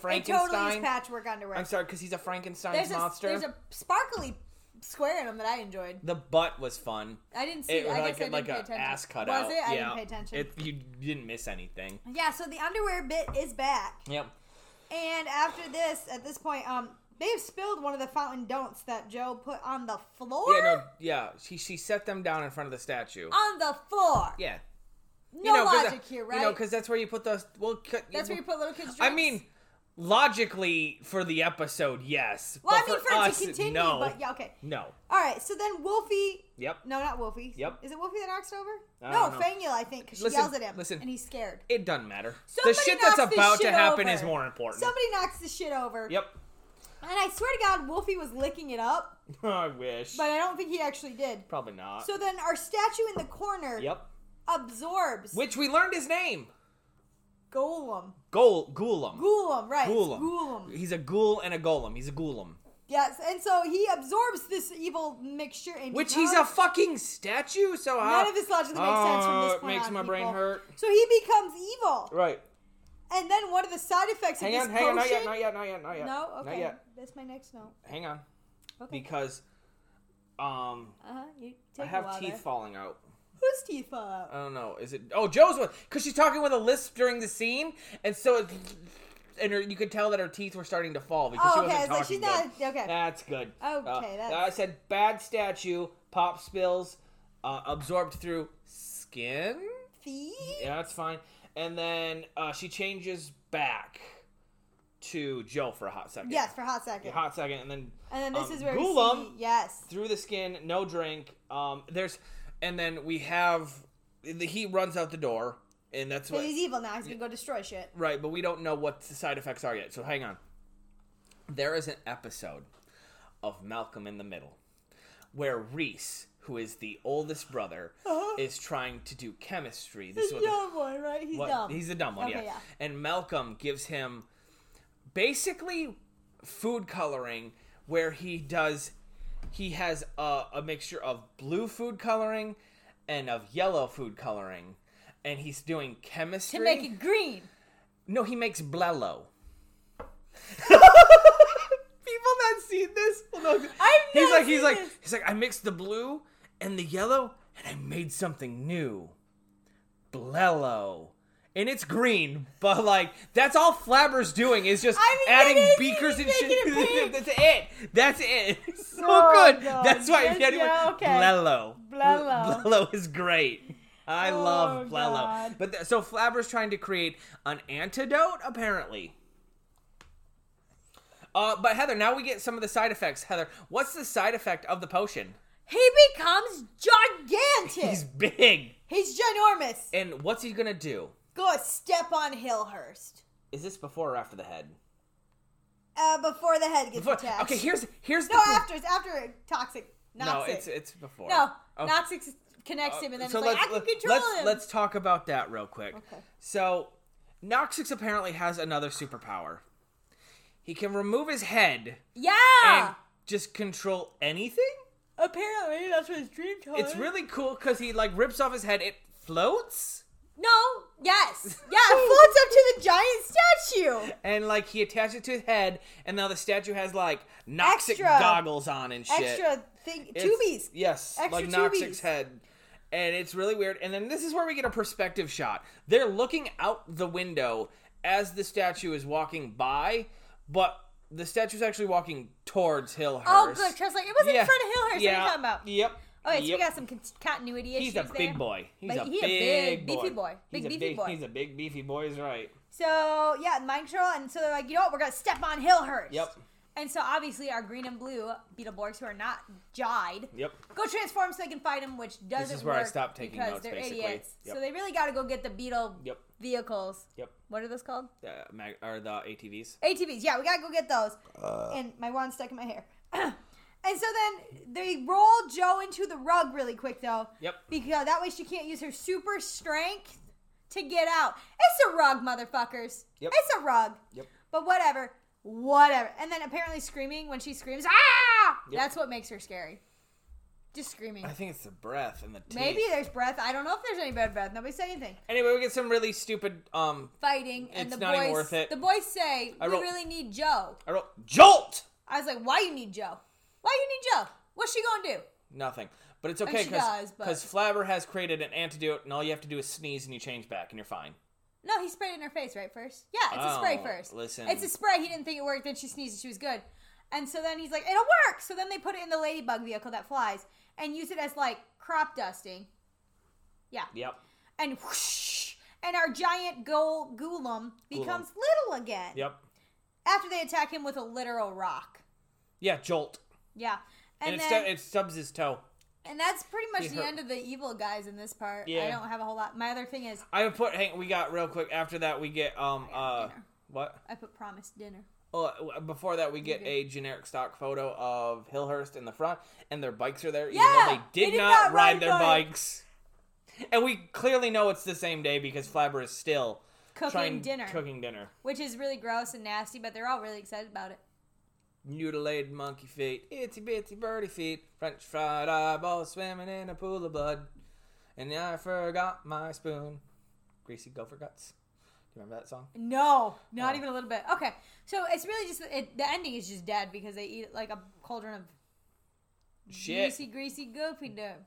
A: Frankenstein.
B: is patchwork underwear.
A: I'm sorry, because he's a Frankenstein
B: there's
A: monster.
B: a there's a sparkly square in them that I enjoyed.
A: The butt was fun.
B: I didn't see.
A: It was
B: I
A: like
B: guess I didn't
A: like
B: pay
A: a
B: attention.
A: ass cutout.
B: Was it? I
A: yeah.
B: didn't pay attention.
A: It, you didn't miss anything.
B: yeah. So the underwear bit is back,
A: Yep.
B: and after this, at this point, um, they've spilled one of the fountain don'ts that Joe put on the floor.
A: Yeah. No. Yeah. She she set them down in front of the statue.
B: on the floor.
A: yeah.
B: No
A: You know, 'cause
B: logic
A: that-
B: here, right?
A: You know, because that's where you put the well. c-
B: That's where you put little kids' drinks.
A: I mean, logically for the episode, yes.
B: well, I
A: but
B: mean for, it
A: us,
B: to continue,
A: no,
B: but yeah, okay.
A: no.
B: All right, so then Wolfie.
A: Yep.
B: No, not Wolfie.
A: Yep.
B: Is it Wolfie that knocks it over?
A: I
B: no,
A: don't know.
B: Fangula, I think, because she
A: Listen,
B: yells at him.
A: listen.
B: And he's scared.
A: It doesn't matter.
B: Somebody
A: the shit
B: knocks
A: that's
B: this
A: about
B: shit
A: to happen
B: over.
A: is more important.
B: Somebody knocks the shit over.
A: Yep. <laughs>
B: And I swear to God, Wolfie was licking it up,
A: I wish.
B: but I don't think he actually did.
A: Probably not.
B: So then our statue in the corner
A: yep.
B: absorbs
A: Which we learned his name.
B: Golem.
A: Goal Ghoulam.
B: Golem, right. it's
A: Ghoulam.
B: Golem.
A: He's a ghoul and a golem. He's a ghoulam.
B: Yes, and so he absorbs this evil mixture and
A: Which he's a
B: becomes-
A: fucking statue, so how
B: None of this logically makes sense from this
A: Uh,
B: point
A: makes
B: on,
A: my brain
B: people.
A: hurt.
B: So he becomes evil.
A: Right.
B: And then one of the side effects
A: Hang
B: of
A: on,
B: this
A: hang on, not
B: potion.
A: yet, not yet, not yet, not yet.
B: No,
A: Not
B: okay.
A: yet.
B: That's my next note.
A: Hang on.
B: Okay.
A: Because um
B: Uh huh. You take
A: I
B: a
A: have
B: while
A: teeth Uh,
B: there.
A: falling out.
B: Whose teeth fall out?
A: I don't know. Is it? Oh, Joe's one. Because she's talking with a lisp during the scene, and so it, and her, you could tell that her teeth were starting to fall because
B: Oh,
A: she
B: okay.
A: wasn't
B: It's like
A: talking. Uh,
B: she's
A: good.
B: not. Okay.
A: That's good.
B: Okay, that's-
A: I said bad statue, pop spills, uh, absorbed through skin.
B: Thief?
A: Yeah, that's fine. And then uh, she changes back to Joe for a hot second.
B: Yes, for a hot second.
A: A hot second, and then
B: And then this
A: um,
B: is where we
A: Ghoulam.
B: see. Yes.
A: through the skin, no drink. Um, there's, and then we have the he runs out the door, and that's
B: So
A: what
B: he's evil now. He's gonna go destroy shit.
A: right. But we don't know what the side effects are yet. So hang on. There is an episode of Malcolm in the Middle where Reese, who is the oldest brother,
B: Uh-huh.
A: is trying to do chemistry. This
B: He's
A: is what
B: a
A: the-
B: dumb one, right? He's
A: what-
B: dumb.
A: He's the dumb one,
B: Okay,
A: yeah.
B: yeah.
A: And Malcolm gives him basically food coloring where he does he has a, a mixture of blue food coloring and of yellow food coloring and he's doing chemistry
B: to make it green.
A: no he
B: <laughs>
A: makes blello people not seen this will know- <laughs> he's
B: not
A: like he's
B: seen
A: like
B: this.
A: he's like i mixed the blue and the yellow and i made something new blello and it's green but like that's all flabber's doing is just
B: I mean,
A: adding
B: it is,
A: beakers
B: he's
A: and shit
B: making it
A: <laughs> that's it that's it <laughs> It's so
B: Oh,
A: good
B: God.
A: that's why if
B: Yes,
A: anyone
B: yeah, okay.
A: blello
B: Blello.
A: blello is great i
B: Oh,
A: love blello
B: God.
A: but th- so flabber's trying to create an antidote apparently uh, but Heather, now we get some of the side effects. Heather, what's the side effect of the potion?
B: He becomes gigantic.
A: He's
B: He's,
A: big.
B: ginormous.
A: And what's he gonna do?
B: Go step on Hillhurst
A: Is this before or after the head?
B: uh, before the head gets
A: Before,
B: attacked.
A: okay, here's here's
B: no,
A: the
B: after it's after toxic. Noxic.
A: no, it's it's before.
B: no.
A: Oh,
B: Noxic connects him, and then it's like I can
A: let-
B: control
A: let's,
B: him.
A: Let's talk about that real quick.
B: Okay.
A: So, Noxix apparently has another superpower. He can remove his head
B: yeah.
A: and just control anything.
B: Apparently, that's what his dream told
A: It's really cool because he like rips off his head. It floats.
B: No,
A: <laughs>
B: yes. Yeah, it floats up to the giant statue.
A: and like he attached it to his head, and now the statue has like Noxic
B: Extra.
A: goggles on and shit.
B: Extra thing,
A: It's-
B: tubies.
A: Yes,
B: Extra
A: like Noxic's
B: tubies.
A: head. And it's really weird. And then this is where we get a perspective shot. They're looking out the window as the statue is walking by, but the statue's actually walking towards Hillhurst.
B: Oh, good. Trust like it was in front of Hillhurst. What are you
A: Yeah.
B: talking about?
A: Yep.
B: Okay, so
A: Yep.
B: we got some con- continuity issues
A: He's a
B: there.
A: big boy. He's
B: But
A: a
B: he a
A: big,
B: big,
A: boy.
B: beefy boy. Big,
A: he's
B: beefy
A: a big,
B: boy.
A: He's a big beefy boy. Is right.
B: So yeah, mind control, and so they're like, you know what? We're gonna step on Hillhurst.
A: Yep.
B: And so obviously our green and blue Beetleborgs who are not jide
A: Yep.
B: go transform so they can fight him, which doesn't
A: is where I
B: work
A: stopped taking
B: because
A: notes,
B: they're
A: basically.
B: idiots.
A: Yep.
B: So they really got to go get the beetle
A: Yep.
B: vehicles.
A: Yep.
B: What are those called?
A: Uh, mag- or the ATVs.
B: ATVs. Yeah, we gotta go get those. and my wand stuck in my hair. <clears throat> and so then they roll Joe into the rug really quick though.
A: Yep.
B: Because that way she can't use her super strength to get out. It's a rug, motherfuckers.
A: Yep.
B: It's a rug.
A: Yep.
B: But whatever. Whatever. And then apparently screaming when she screams, ah!
A: Yep.
B: That's what makes her scary. Just screaming.
A: I think it's the breath and the teeth.
B: Maybe there's breath. I don't know if there's any bad breath. Nobody said anything.
A: Anyway, we get some really stupid. Um,
B: Fighting and
A: It's
B: the
A: not
B: boys.
A: even worth it.
B: The boys say
A: I
B: we
A: wrote-
B: really need Joe.
A: I wrote jolt.
B: I was like, why you need Joe? Why you need Joe? What's she gonna do?
A: Nothing, but it's okay
B: she does,
A: because
B: but-
A: Flabber has created an antidote, and all you have to do is sneeze, and you change back, and you're fine.
B: No, he sprayed it in her face right first. Yeah, it's a spray
A: Oh,
B: first.
A: listen.
B: It's a spray. He didn't think it worked. Then she sneezed and she was good. And so then he's like, it'll work. So then they put it in the ladybug vehicle that flies and use it as like crop dusting. Yeah.
A: Yep.
B: And whoosh. And our giant goal Ghoulam becomes little again.
A: Yep.
B: After they attack him with a literal rock.
A: Yeah, jolt.
B: Yeah.
A: And,
B: And,
A: it,
B: then,
A: stu- it stubs his toe.
B: and that's pretty much
A: He
B: the
A: hurt.
B: end of the evil guys in this part. I
A: Yeah.
B: don't have a whole lot. My other thing is
A: I would put. Hang. We got real quick. After that, we get um uh
B: dinner.
A: what?
B: I put promised dinner.
A: Oh, before that, we get
B: good.
A: a generic stock photo of Hillhurst in the front, and their bikes are there, even
B: Yeah,
A: though they did, not, ride, their bikes. And we clearly know it's the same day because Flabber is still
B: Cooking
A: trying
B: dinner.
A: cooking dinner.
B: which is really gross and nasty, but they're all really excited about it.
A: Mutilated monkey feet, itsy bitsy birdie feet, French fried eyeballs swimming in a pool of blood, and I forgot my spoon. Greasy gopher guts, you remember that song?
B: No, not
A: Oh.
B: even a little bit. Okay, so it's really just it, the ending is just dead because they eat like a cauldron of
A: Shit.
B: greasy, greasy goopy dough.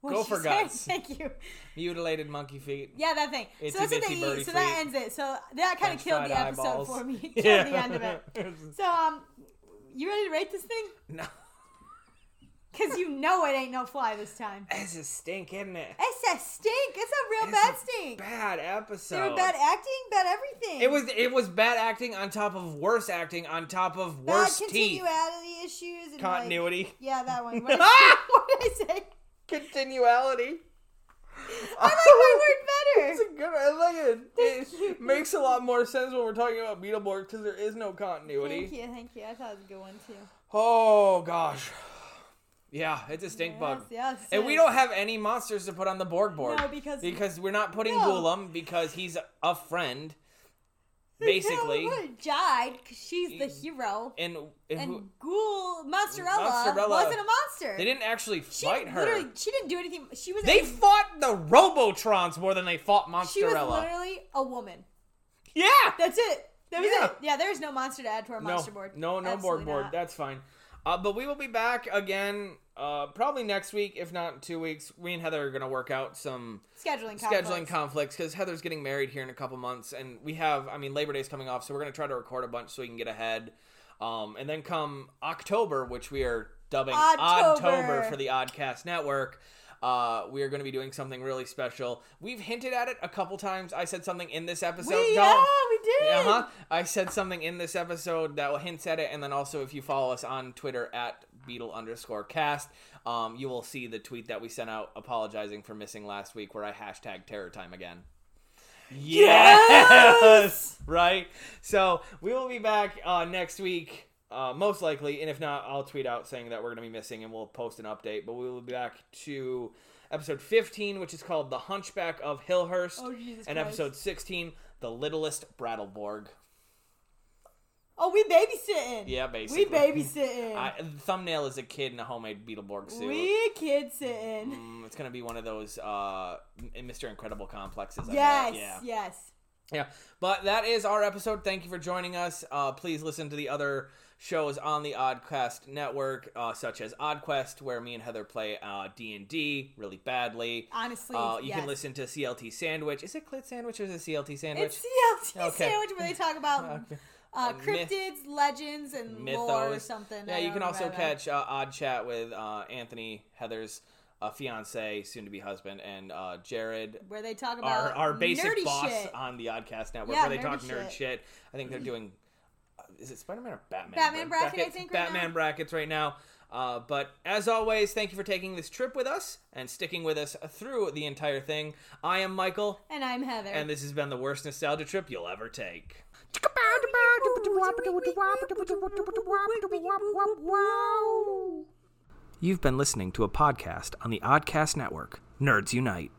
A: Gopher
B: <laughs>
A: guts.
B: Thank you.
A: Mutilated monkey feet.
B: Yeah, that thing.
A: Itsy
B: so that's what they
A: bitsy
B: eat.
A: birdie
B: So that
A: feet.
B: ends it. So that kind of
A: French
B: killed
A: fried
B: the episode
A: eyeballs.
B: for me. <laughs> killed
A: Yeah. <laughs>
B: the end of it. So um, you ready to rate this thing?
A: no.
B: Cause
A: <laughs>
B: you know it ain't no fly this time.
A: It's a stink, isn't it?
B: It's a stink. It's a real
A: It's
B: bad
A: a
B: stink.
A: Bad episode.
B: They were bad acting, bad everything.
A: It was it was bad acting on top of worse acting on top of
B: bad
A: worse teeth.
B: continuality issues. And Like,
A: Continuity.
B: yeah, that
A: <laughs>
B: one. What did I, what did I say? <laughs>
A: Continuality.
B: I like
A: <laughs>
B: my word
A: It's
B: better.
A: a good. I like it.
B: Thank you.
A: It makes a lot more sense when we're talking about Beetleborg because there is no continuity.
B: Thank you, thank you. I thought it was a good one too.
A: Oh gosh. Yeah, it's a stink bug.
B: Yes, yes,
A: And we
B: yes.
A: don't have any monsters to put on the Borg board.
B: No, because- <laughs>
A: we're not putting
B: No.
A: Ghoulam because he's a, a friend,
B: Hell,
A: basically.
B: what a Jide, 'cause she's the hero.
A: and and
B: And
A: who,
B: Ghoul Mozzarella,
A: Mozzarella.
B: wasn't a monster.
A: they didn't actually
B: she
A: fight her.
B: literally- She didn't do anything. She was.
A: They
B: a,
A: fought the Robotrons more than they fought
B: She was
A: Monsterella.
B: literally a woman.
A: Yeah.
B: That's it. That was
A: Yeah.
B: it. Yeah, there's no monster to add to our
A: No,
B: monster board.
A: no, no board
B: Absolutely
A: board.
B: not.
A: That's fine. Uh, but we will be back again, uh, probably next week, if not two weeks. We and Heather are gonna work out some
B: scheduling.
A: scheduling
B: conflicts.
A: conflicts because Heather's getting married here in a couple months, and we have, I mean, Labor Day's coming off, so we're gonna try to record a bunch so we can get ahead. Um, and then come October, which we are dubbing
B: Oddtober.
A: Oddtober for the Oddcast Network. Uh, we are going to be doing something really special. We've hinted at it a couple times. I said something in this episode.
B: we,
A: Don't-
B: yeah, we did.
A: uh huh. I said something in this episode that hints at it, and then also if you follow us on Twitter at Beetle underscore Cast, um, you will see the tweet that we sent out apologizing for missing last week, where I hashtag Terror Time again.
B: Yes!
A: <laughs> right. So we will be back uh, next week, uh, most likely, and if not, I'll tweet out saying that we're going to be missing, and we'll post an update. But we will be back to episode 15, which is called "The Hunchback of Hillhurst,"
B: Oh, Jesus
A: and
B: Christ.
A: episode 16, "The Littlest Brattleborg."
B: Oh, we babysitting.
A: Yeah, basically.
B: We babysitting.
A: I, thumbnail is a kid in a homemade Beetleborg suit.
B: we kid sitting.
A: Mm, it's gonna be one of those uh, M- Mr. Incredible complexes. I
B: Yes,
A: bet. yeah,
B: yes.
A: yeah. But that is our episode. Thank you for joining us. Uh, please listen to the other shows on the Oddcast Network, uh, such as Oddquest, where me and Heather play uh, D and D really badly.
B: Honestly,
A: Uh, you
B: yes.
A: can listen to CLT Sandwich. Is it Clit Sandwich or is it CLT Sandwich?
B: It's CLT
A: Okay.
B: sandwich where they talk about
A: <laughs> Okay.
B: uh,
A: Uh, myth-
B: cryptids, legends, and lore or
A: mythos.
B: something.
A: Yeah,
B: I
A: you
B: don't
A: can also
B: remember.
A: catch uh, Odd Chat with uh, Anthony, Heather's uh, fiance, soon to be husband, and uh, Jared,
B: where they talk about
A: our, our
B: nerdy
A: basic boss
B: shit.
A: on the Oddcast Network,
B: Yeah,
A: where they
B: nerdy
A: talk nerd
B: shit.
A: shit. I think they're doing, uh, is it Spider Man or Batman?
B: Batman bracket, I think, right now.
A: Batman brackets right now. Uh, but as always, thank you for taking this trip with us and sticking with us through the entire thing. I am Michael,
B: And I'm Heather.
A: and this has been the worst nostalgia trip you'll ever take. You've been listening to a podcast on the Oddcast Network, Nerds Unite.